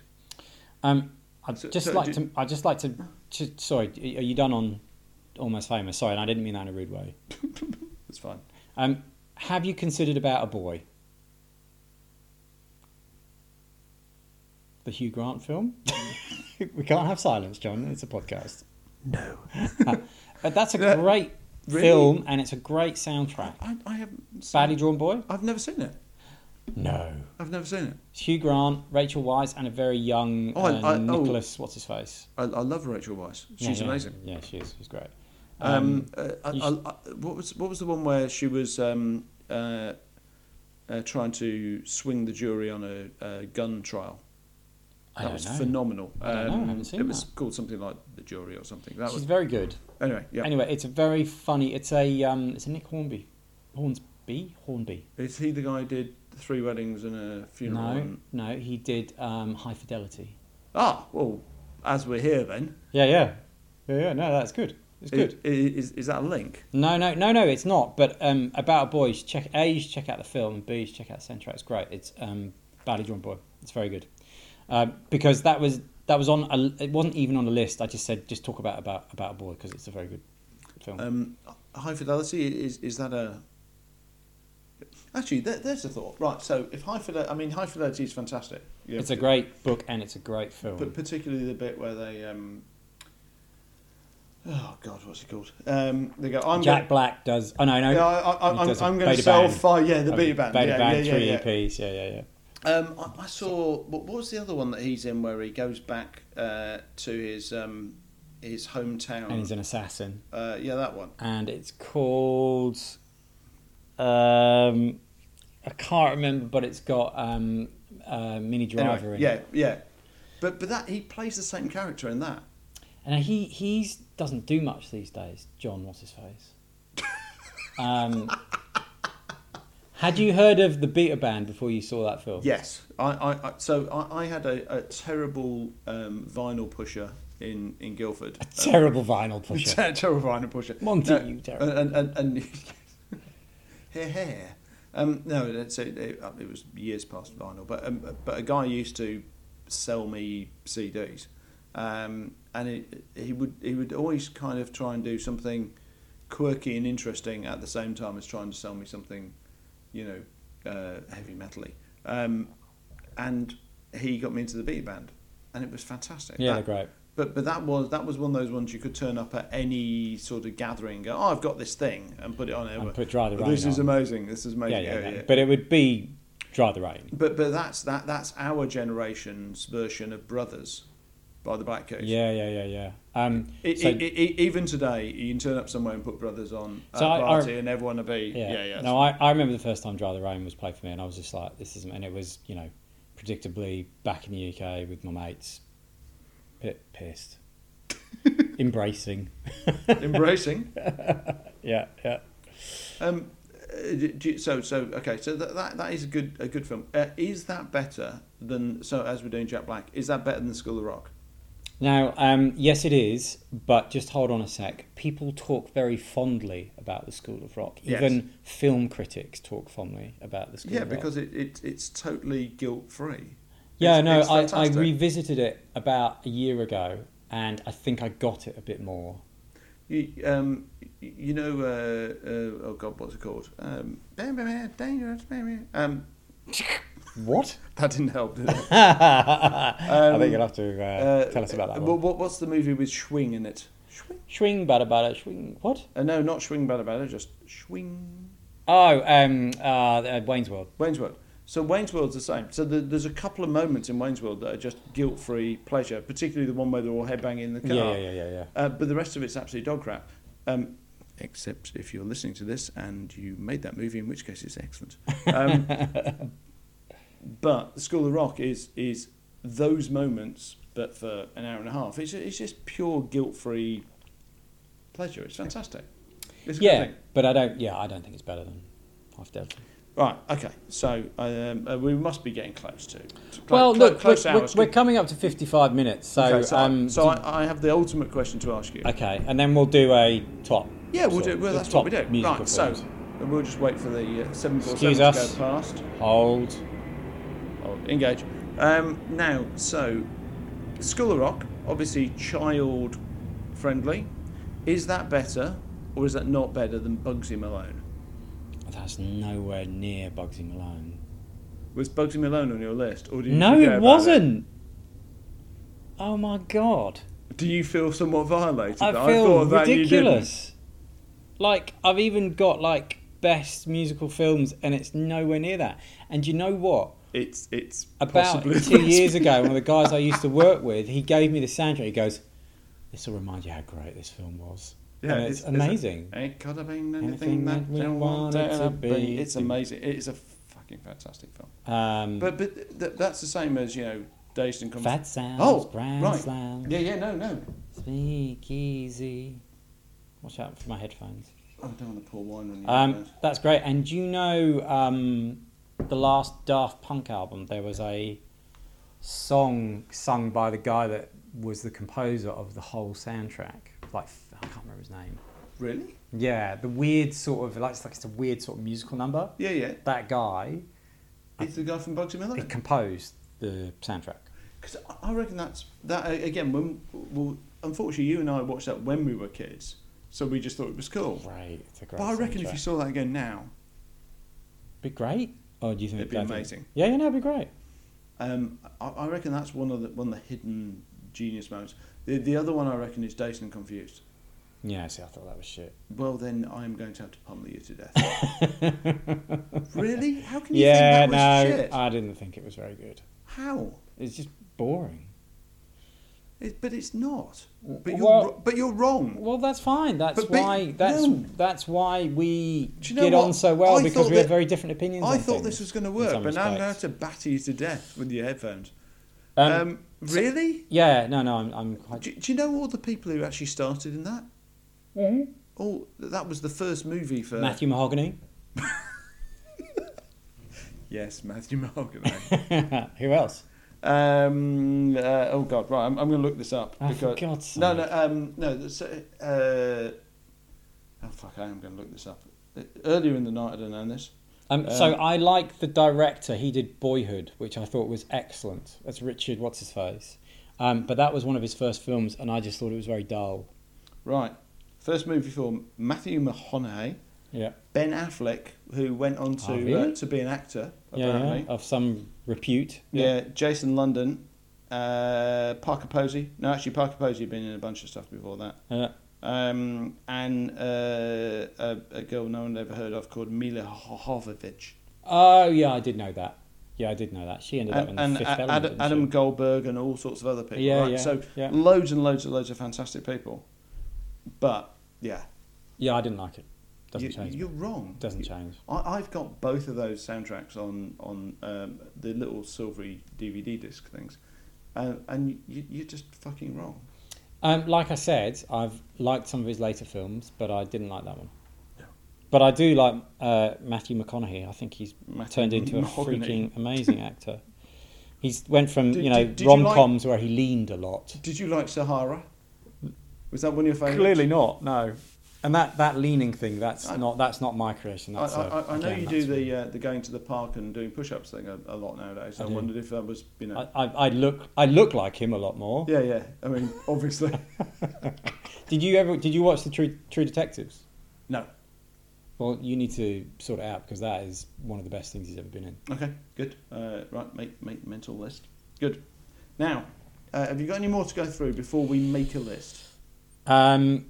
S1: Um, I'd
S2: So-
S1: just
S2: so
S1: like
S2: do-
S1: to. I would just like to. to- sorry, are you done on Almost Famous? Sorry, and I didn't mean that in a rude way.
S2: It's fine.
S1: Um, have you considered About a Boy? The Hugh Grant film? (laughs) we can't have silence, John. It's a podcast. Uh,
S3: No.
S1: But that's
S2: (laughs)
S1: a
S2: Yeah.
S1: great
S2: Really?
S1: film and it's a great soundtrack.
S2: I, I haven't. Seen
S1: Badly Drawn Boy?
S2: I've never seen it.
S1: No.
S2: I've never seen it.
S1: It's Hugh Grant, Rachel Weisz, and a very young
S2: Oh, I-
S1: uh,
S2: I- oh.
S1: Nicholas, what's his face?
S2: I, I love Rachel Weisz.
S1: Yeah,
S2: She's
S1: yeah.
S2: amazing.
S1: Yeah, she is. She's great.
S2: Um, uh, I,
S1: you
S2: I, I, what was what was the one where she was um, uh, uh, trying to swing the jury on a, uh gun trial?
S1: I
S2: that
S1: don't
S2: was
S1: know.
S2: phenomenal. Um,
S1: I don't know, I haven't seen
S2: it was
S1: that.
S2: called something like the jury or something. That
S1: She's
S2: was
S1: very good.
S2: anyway. Yeah,
S1: Anyway, it's a very funny. It's a um, it's a Nick Hornby, Hornsby, Hornby.
S2: is he the guy who did three weddings and a funeral?
S1: No,
S2: and-
S1: no, he did um, High Fidelity.
S2: ah, well, as we're here, then
S1: Yeah, yeah, yeah, yeah. No, that's good. It's
S2: I-
S1: good.
S2: i- Is, is, that a link?
S1: no, no, no, no, it's not. But um, about a boy, you should check a you should check out the film, and b you should check out the soundtrack. It's great. It's um, badly drawn boy. It's very good. Uh, because that was that was on. A, it wasn't even on a list. I just said just talk about about about a boy because it's a very good film.
S2: Um, high fidelity is is that a? Actually, there, there's a thought. Right, so if high fidelity, I mean, high fidelity is fantastic. Yeah.
S1: it's a great book and it's a great film.
S2: But particularly the bit where they, um, oh God, what's it called? Um, they go, I'm
S1: Jack Black does. Oh no, no.
S2: Gonna, yeah, I, I,
S1: He
S2: I'm,
S1: does a
S2: I'm going
S1: beta
S2: to sell
S1: band.
S2: five. Yeah, the
S1: Oh,
S2: beta band.
S1: Beta
S2: yeah,
S1: band,
S2: yeah,
S1: three E
S2: yeah, yeah.
S1: EPs. Yeah, yeah, yeah.
S2: Um, I, I saw. What, what was the other one that he's in where he goes back uh, to his um, his hometown?
S1: And he's an assassin,
S2: uh, yeah, that one.
S1: and it's called. Um, I can't remember, but it's got um, uh, Mini Driver
S2: Anyway,
S1: in
S2: yeah,
S1: it,
S2: yeah. But but that he plays the same character in that.
S1: and he he's doesn't do much these days. John, what's his face?
S2: (laughs)
S1: um, had you heard of the Beta Band before you saw that film?
S2: Yes, I, I, I so I, I had a, a terrible um, vinyl pusher in in Guildford. Um,
S1: Terrible vinyl
S2: (laughs)
S1: pusher.
S2: Ter- terrible Ryan and Pusher.
S1: Monty, you terrible.
S2: And, and, and, (laughs) and hair, hair. Um, no, that's it, it, uh, it was years past vinyl, but um, but a guy used to sell me CDs, um, and it, he would he would always kind of try and do something quirky and interesting at the same time as trying to sell me something, you know, uh, heavy metally. Um, and he got me into the B band, and it was fantastic.
S1: Yeah,
S2: That-
S1: they're great.
S2: but but that was that was one of those ones you could turn up at any sort of gathering. and Go, oh, I've got this thing, and put it on.
S1: And
S2: there.
S1: put Dry the
S2: Oh, This
S1: Rain
S2: is
S1: on.
S2: amazing. This is
S1: Yeah,
S2: amazing.
S1: yeah, yeah.
S2: yeah.
S1: But it would be Dry the Rain.
S2: But but that's that that's our generation's version of Brothers by the Black Keys.
S1: Yeah, yeah, yeah, yeah. Um,
S2: E-
S1: so-
S2: e- e- even today, you can turn up somewhere and put Brothers on at
S1: So
S2: a
S1: I- I-
S2: party, and everyone will be
S1: yeah.
S2: yeah yeah. yeah
S1: No, I, I remember the first time Dry the Rain was played for me, and I was just like, this isn't. And it was, you know, predictably back in the UK with my mates, bit
S2: (laughs)
S1: pissed, embracing.
S2: embracing.
S1: Yeah, yeah.
S2: Um, uh, do you- so so okay. So that, that that is a good a good film. Uh, is that better than so as we're doing Jack Black? Is that better than School of Rock?
S1: Now, um, yes, it is, but just hold on a sec. People talk very fondly about the School of Rock.
S2: Yes.
S1: Even film critics talk fondly about the School
S2: Yeah,
S1: of Rock.
S2: because it, it it's totally guilt free.
S1: Yeah,
S2: It's-
S1: no,
S2: it's
S1: I, I
S2: fantastic.
S1: revisited it about a year ago, and I think I got it a bit more.
S2: You, um, y- you know, uh, uh, oh God, what's it called? Um, dangerous, um, (laughs)
S1: What?
S2: that didn't help. Did it?
S1: I
S2: Um,
S1: think you'll have to uh,
S2: Uh,
S1: tell us about that
S2: What,
S1: one.
S2: what, what's the movie with Schwing in it? Schwing?
S1: Swing, bada bada, swing. What?
S2: Uh, no, not Schwing Bada Bada, just Schwing.
S1: Oh, um, uh, uh, Wayne's World.
S2: Wayne's World. So Wayne's World's the same. So the, there's a couple of moments in Wayne's World that are just guilt-free pleasure, particularly the one where they're all headbanging in the car.
S1: Yeah, yeah, yeah, yeah, yeah.
S2: Uh, but the rest of it's absolute dog crap. Um, except if you're listening to this and you made that movie, in which case it's excellent. Um, (laughs) but The School of Rock is is those moments, but for an hour and a half. It's it's just pure guilt-free pleasure. It's fantastic. It's a good
S1: Yeah,
S2: thing.
S1: but I don't. Yeah, I don't think it's better than Half Dead.
S2: Right. Okay. So um, uh, we must be getting close to. to clo-
S1: Well,
S2: clo-
S1: look,
S2: close
S1: we're,
S2: to
S1: we're,
S2: hours.
S1: we're coming up to fifty-five minutes, so,
S2: okay, so, I-
S1: um,
S2: so I, I have the ultimate question to ask you.
S1: okay, and then we'll do a top.
S2: Yeah, we'll
S1: sort
S2: do.
S1: of-
S2: Well,
S1: the
S2: that's what
S1: top
S2: we do.
S1: musical
S2: Right. So
S1: films.
S2: we'll just wait for the uh, seven four seven
S1: Excuse
S2: to
S1: us.
S2: go past.
S1: hold.
S2: Oh, engage. Um, now, so School of Rock, obviously child friendly. Is that better, or is that not better than Bugsy Malone?
S1: That's nowhere near Bugsy Malone.
S2: Was Bugsy Malone on your list, or did you
S1: No,
S2: forget about
S1: it wasn't. Oh my god.
S2: Do you feel somewhat violated?
S1: I
S2: that
S1: feel
S2: thought that you didn't?
S1: ridiculous. Like I've even got like best musical films, and it's nowhere near that. And you know what?
S2: It's it's
S1: About
S2: possibly (laughs)
S1: two years ago, one of the guys I used to work with, he gave me the soundtrack. He goes, "This will remind you how great this film was." Yeah, and it's, amazing.
S2: It could have been
S1: Anything
S2: anything that we wanted to be. It's amazing. It is a fucking fantastic film.
S1: um,
S2: But but th- that's the same as you know, Dazed and Confused.
S1: fat sounds,
S2: Oh,
S1: brown
S2: right.
S1: sounds,
S2: Yeah, yeah, no, no.
S1: speak easy. Watch out for my headphones.
S2: I don't want to pour wine on you.
S1: Um, that's great. And do you know um, the last Daft Punk album? There was a song sung by the guy that was the composer of the whole soundtrack. Like f- I can't remember his name.
S2: really?
S1: Yeah, the weird sort of like it's like it's a weird sort of musical number.
S2: Yeah, yeah.
S1: That guy
S2: It's the guy from Bugsy
S1: he
S2: Malone.
S1: composed the soundtrack.
S2: Because I reckon that's that a- again. When well, unfortunately, you and I watched that when we were kids, so we just thought it was cool.
S1: Great, it's a great.
S2: But I reckon if
S1: soundtrack.
S2: you saw that again now,
S1: be great. Or do you think
S2: It'd be
S1: I think-
S2: amazing.
S1: Yeah, yeah, no, it'd be great.
S2: Um, I, I reckon that's one of the one of the hidden genius moments. The the other one I reckon is Dazed and Confused.
S1: Yeah, see, I thought that was shit.
S2: Well, then I'm going to have to pummel you
S1: (laughs)
S2: to death. really? How can you
S1: yeah,
S2: think
S1: no,
S2: that was shit?
S1: I didn't think it was very good.
S2: How?
S1: It's just boring.
S2: It, but it's not. But you're
S1: Well-
S2: ro- but you're wrong.
S1: Well, that's fine. That's
S2: But- but-
S1: why. That's
S2: no.
S1: that's why we
S2: Do you know
S1: get on
S2: what?
S1: so well
S2: I
S1: because
S2: thought
S1: we have
S2: that-
S1: very different opinions.
S2: I
S1: on
S2: thought
S1: things
S2: this was going to
S1: in
S2: work,
S1: some
S2: but now I'm going to have
S1: respects.
S2: to batter you to death with your headphones. Um,
S1: Um,
S2: really?
S1: yeah, no, no, I'm, I'm quite.
S2: (laughs) Do, do you know all the people who actually started in that? Oh, that was the first movie for
S1: Mm-hmm. Matthew Mahogany. (laughs)
S2: Yes, Matthew (laughs) Morgan.
S1: Who else?
S2: Um, uh, oh God, right. I'm, I'm going to look this up.
S1: Oh, for God's
S2: because- No, no,
S1: sake.
S2: um, no. that's, Uh, oh fuck! I am going to look this up. Earlier in the night, I don't know this.
S1: Um, so I like the director. He did Boyhood, which I thought was excellent. That's Richard. What's his face? Um, but that was one of his first films, and I just thought it was very dull.
S2: Right, first movie for Matthew McConaughey,
S1: Yeah,
S2: Ben Affleck, who went on to
S1: Oh, really?
S2: uh, to be an actor
S1: yeah, Oh,
S2: apparently.
S1: yeah, of some repute.
S2: Yeah, Jason London, uh, Parker Posey. No, actually, Parker Posey had been in a bunch of stuff before that.
S1: Yeah.
S2: Um, and uh, a, a girl no one had ever heard of called Mila Ho- Hovovich.
S1: Oh yeah, I did know that. Yeah, I did know that. She ended up in
S2: And,
S1: the
S2: and
S1: fifth
S2: A-
S1: element.
S2: Ad-
S1: didn't
S2: Adam
S1: she?
S2: Goldberg and all sorts of other people.
S1: Yeah,
S2: right?
S1: yeah,
S2: so
S1: yeah.
S2: loads and loads and loads of fantastic people. But yeah,
S1: Yeah, I didn't like it. Doesn't
S2: you,
S1: change.
S2: you're wrong.
S1: Doesn't
S2: You-
S1: change.
S2: I, I've got both of those soundtracks on on um, the little silvery DVD disc things, uh, and you, you're just fucking wrong.
S1: Um, like I said, I've liked some of his later films, but I didn't like that one. But I do like uh, Matthew McConaughey. I think he's
S2: Matthew
S1: turned into a
S2: Mahogany.
S1: freaking amazing actor. He's went from
S2: Did-
S1: you know
S2: did- did you
S1: rom
S2: like-
S1: coms where he leaned a lot.
S2: Did you like Sahara? Was that one of your favourites?
S1: not. No. And that, that leaning thing, that's
S2: I-
S1: not that's not my creation.
S2: I,
S1: That's a-
S2: I, I know
S1: again,
S2: you do
S1: that's-
S2: the uh, the going to the park and doing push-ups thing a, a lot nowadays.
S1: I
S2: I,
S1: do.
S2: wondered if that was you know.
S1: I, I, I look I look like him a lot more.
S2: uh, yeah, yeah. I (laughs) mean, obviously.
S1: Did you ever did you watch the True True Detectives?
S2: no.
S1: Well, you need to sort it out because that is one of the best things he's ever been in.
S2: Okay. Good. Uh, right. Make make mental list. Good. Now, uh, have you got any more to go through before we make a list?
S1: Um,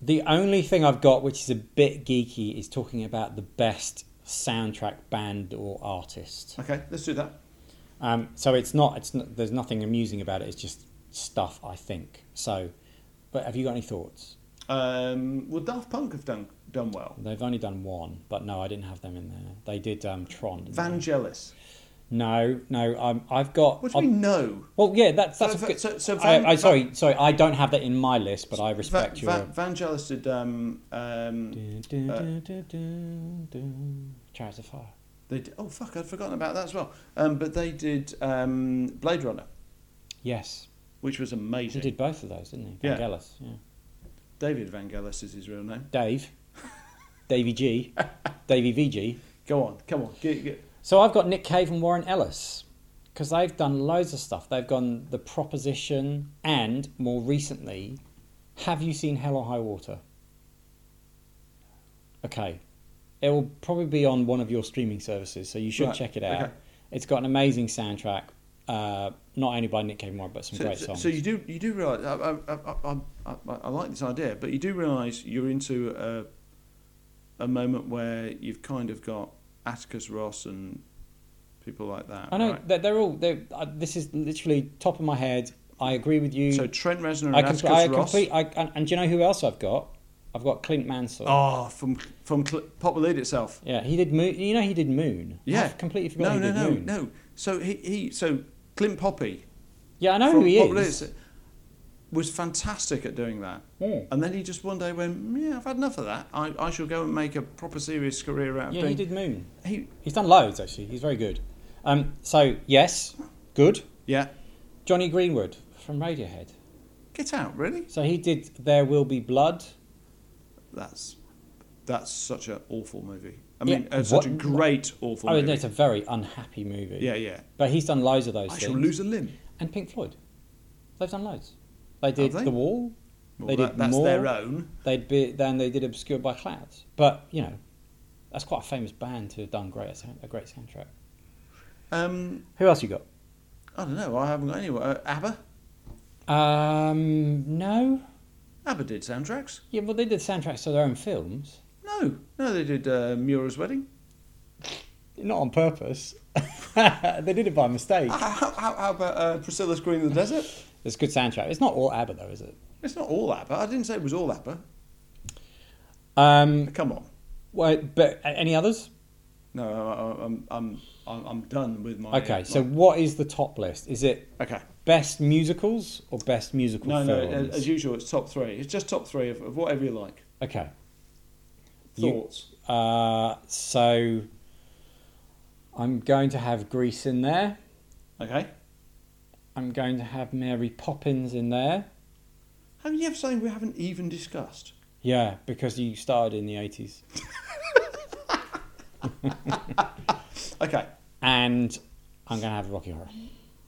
S1: the only thing I've got, which is a bit geeky, is talking about the best soundtrack band or artist.
S2: Okay. Let's do that.
S1: Um, so it's not it's not, there's nothing amusing about it. It's just stuff I think. So, but have you got any thoughts?
S2: Um, well, Daft Punk have done done well.
S1: They've only done one, but no, I didn't have them in there. They did um, Tron. didn't they?
S2: Vangelis.
S1: No, no, um, I've got.
S2: What do we know?
S1: Well, yeah, that's that's
S2: So-
S1: a good.
S2: so- so Van-
S1: I, I sorry, sorry, I don't have that in my list, but I respect your. uh,
S2: Va- Vangelis did um, um,
S1: Du- du-
S2: uh,
S1: du- du- du- du. Chariots of Fire.
S2: they did, oh fuck I'd forgotten about that as well. Um, but they did um, Blade Runner,
S1: Yes,
S2: which was
S1: he
S2: amazing.
S1: did both of those, didn't he?
S2: Yeah.
S1: Vangelis. Yeah.
S2: David Vangelis is his real name.
S1: Dave, Davy (laughs) G, Davy VG.
S2: Go on, come on. Get, get.
S1: So I've got Nick Cave and Warren Ellis because they've done loads of stuff. They've gone The Proposition and more recently, Have You Seen Hell or High Water? Okay. It will probably be on one of your streaming services, so you should
S2: Right,
S1: check it out.
S2: okay.
S1: It's got an amazing soundtrack, uh, not only by Nick Cave and Warren, but some
S2: So,
S1: great
S2: so-
S1: songs.
S2: so you do you do realize I, I, I, I, I, I like this idea, but you do realize you're into a a moment where you've kind of got Atticus Ross and people like that.
S1: I know
S2: right?
S1: that they're all. They're, uh, this is literally top of my head. I agree with you.
S2: So Trent Reznor and
S1: I,
S2: Atticus
S1: com- I
S2: Ross.
S1: complete. I, and, and do you know who else I've got? I've got Clint Mansell.
S2: Oh, from from Cl- Pop the Lid itself.
S1: Yeah, he did Moon. You know, he did Moon.
S2: Yeah.
S1: I've completely
S2: No,
S1: forgotten.
S2: no,
S1: he did
S2: no,
S1: Moon.
S2: no. So he, he so Clint Poppy.
S1: Yeah, I know
S2: from
S1: who he
S2: Pop the Lid
S1: is.
S2: was fantastic at doing that.
S1: Yeah.
S2: And then he just one day went, yeah, I've had enough of that. I, I shall go and make a proper serious career out of
S1: Yeah,
S2: doing.
S1: he did Moon.
S2: He,
S1: He's done loads actually. He's very good. Um, so yes, good.
S2: yeah,
S1: Johnny Greenwood from Radiohead.
S2: get out, really.
S1: So he did There Will Be Blood.
S2: That's that's such an awful movie. I
S1: Yeah.
S2: mean, uh, such a
S1: What-
S2: great awful
S1: Oh,
S2: movie.
S1: no, it's a very unhappy movie.
S2: yeah, yeah.
S1: But he's done loads of those
S2: I
S1: things.
S2: shall lose a limb.
S1: And Pink Floyd. They've done loads. They did
S2: they?
S1: The Wall.
S2: Well,
S1: they
S2: that,
S1: did
S2: that's
S1: more.
S2: their uh, own.
S1: They'd be then they did Obscured by Clouds. But you know, that's quite a famous band to have done great a great soundtrack.
S2: Um,
S1: Who else you got?
S2: I don't know. I haven't got any. Uh, ABBA.
S1: Um, no.
S2: ABBA did soundtracks.
S1: Yeah, well, they did soundtracks to their own films,
S2: No, no, they did uh, Mura's Wedding.
S1: not on purpose. (laughs) they did it by mistake.
S2: How, how, how about uh, Priscilla's Queen of the Desert?
S1: It's a good soundtrack. It's not all ABBA though, is it?
S2: It's not all ABBA. I didn't say it was all ABBA.
S1: Um,
S2: Come on.
S1: well, but a- any others?
S2: No, I, I- I'm, I'm, I'm, I'm done with my.
S1: Okay, so
S2: my-
S1: what is the top list? Is it
S2: okay. best.
S1: best musicals or best musical
S2: No, no.
S1: films?
S2: a- As usual, it's top three. It's just top three of, of whatever you like.
S1: okay. You-
S2: Thoughts.
S1: Uh, so I'm going to have Grease in there.
S2: Okay.
S1: I'm going to have Mary Poppins in there.
S2: Have you ever something we haven't even discussed?
S1: Yeah, because you started in the 80s.
S2: Okay.
S1: And I'm going to have Rocky Horror.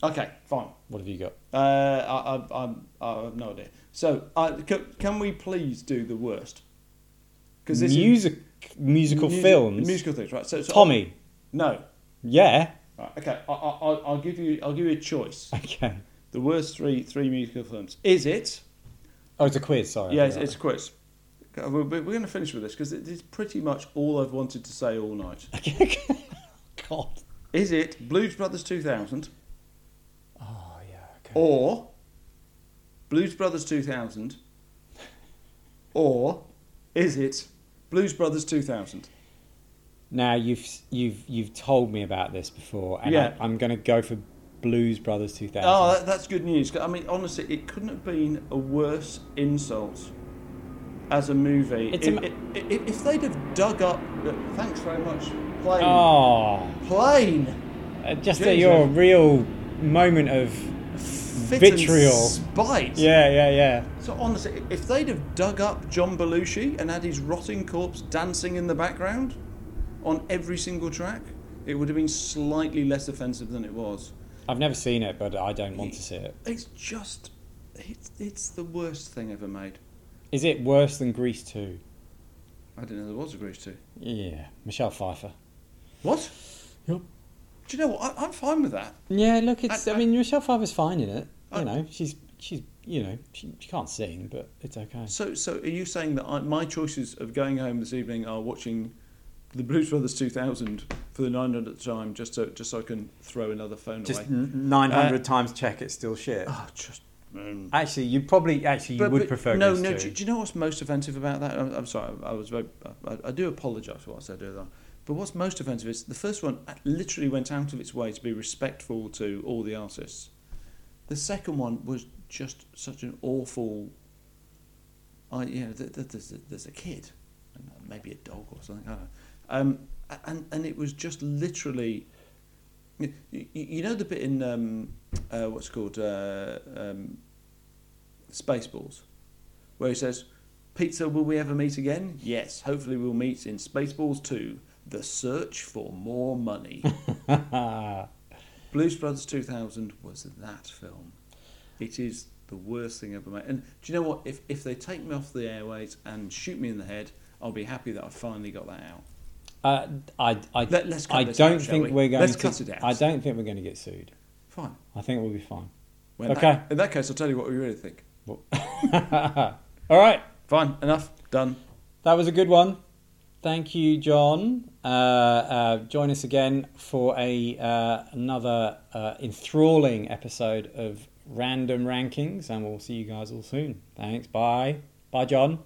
S2: Okay. Fine.
S1: What have you got?
S2: Uh, I, I, I'm- I, I have no idea. So, I, can, can we please do the worst? is-
S1: Music, musical
S2: Music-
S1: films.
S2: musical things, right? So, so
S1: Tommy.
S2: no,
S1: Yeah.
S2: right, okay. I, I, I'll- I'll give you. I'll give you a choice.
S1: Okay.
S2: The worst three three musical films. Is it?
S1: Oh, it's a quiz. Sorry.
S2: yeah, it's, it's a quiz. Okay, We're, we're going to finish with this because it is pretty much all I've wanted to say
S1: (laughs)
S2: all night.
S1: it's. (laughs) God.
S2: Is it Blues Brothers 2000
S1: Oh yeah. Okay.
S2: or Blues Brothers 2000 or is it Blues Brothers 2000?
S1: Now you've you've you've told me about this before, and
S2: Yeah.
S1: I, am going to go for Blues Brothers 2000.
S2: Oh, that, that's good news. 'cause, I mean, honestly, it couldn't have been a worse insult as a movie.
S1: It's
S2: if,
S1: am-
S2: i- i- if they'd have dug up. uh, Thanks very much. Plane.
S1: Oh,
S2: Plane.
S1: uh, just
S2: James,
S1: at your
S2: yeah.
S1: real moment of
S2: Fit and
S1: Vitriol.
S2: Spite.
S1: yeah, yeah, yeah.
S2: So honestly, if they'd have dug up John Belushi and had his rotting corpse dancing in the background on every single track, it would have been slightly less offensive than it was.
S1: I've never seen it, but I don't want to see it.
S2: It's just, it's, it's the worst thing ever made.
S1: Is it worse than Grease 2?
S2: I didn't know there was a Grease 2.
S1: Yeah, Michelle Pfeiffer.
S2: What?
S1: Yep.
S2: Do you know what? I, I'm fine with that.
S1: Yeah, look, it's. I,
S2: I- I-
S1: mean, Michelle Pfeiffer's fine in it. You
S2: I-
S1: know, she's she's you know she, she can't sing, but it's okay.
S2: So, so are you saying that I, my choices of going home this evening are watching the Blues Brothers 2000 for the 900th time, just so just so I can throw another phone
S1: Just
S2: away?
S1: nine hundred times check it's still shit.
S2: Oh, just. mm.
S1: Actually, you probably actually you would prefer
S2: no,
S1: Grease
S2: no.
S1: 2.
S2: Do, do you know what's most offensive about that? I'm, I'm sorry, I was very. I, I do apologise for what I said earlier. But what's most offensive is the first one literally went out of its way to be respectful to all the artists. The second one was just such an awful. I you know th- th- there's a, there's a kid, and uh, maybe a dog or something. I don't know. Um, a- and and it was just literally. You, you- you know the bit in um, uh, what's it called uh, um, Spaceballs, where he says, "Pizza, will we ever meet again? Yes, hopefully we'll meet in Spaceballs Two: The Search for More
S1: (laughs)
S2: Money."
S1: uh,
S2: Blues Brothers 2000 was that film. It is the worst thing ever made. And do you know what? If if they take me off the airways and shoot me in the head, I'll be happy that I finally got that out.
S1: uh, I I,
S2: Let- let's cut
S1: I
S2: this
S1: don't
S2: out, shall
S1: think
S2: we?
S1: are going
S2: Let's
S1: to.
S2: cut it out.
S1: I don't think we're going to get sued.
S2: Fine.
S1: I think we'll be fine.
S2: Well, in
S1: Okay.
S2: that- in that case, I'll tell you what we really think.
S1: (laughs) All right.
S2: Fine. Enough. Done.
S1: That was a good one. Thank you, John. Uh, uh, join us again for a uh, another uh, enthralling episode of Random Rankings, and we'll see you guys all soon. Thanks. Bye. Bye, John.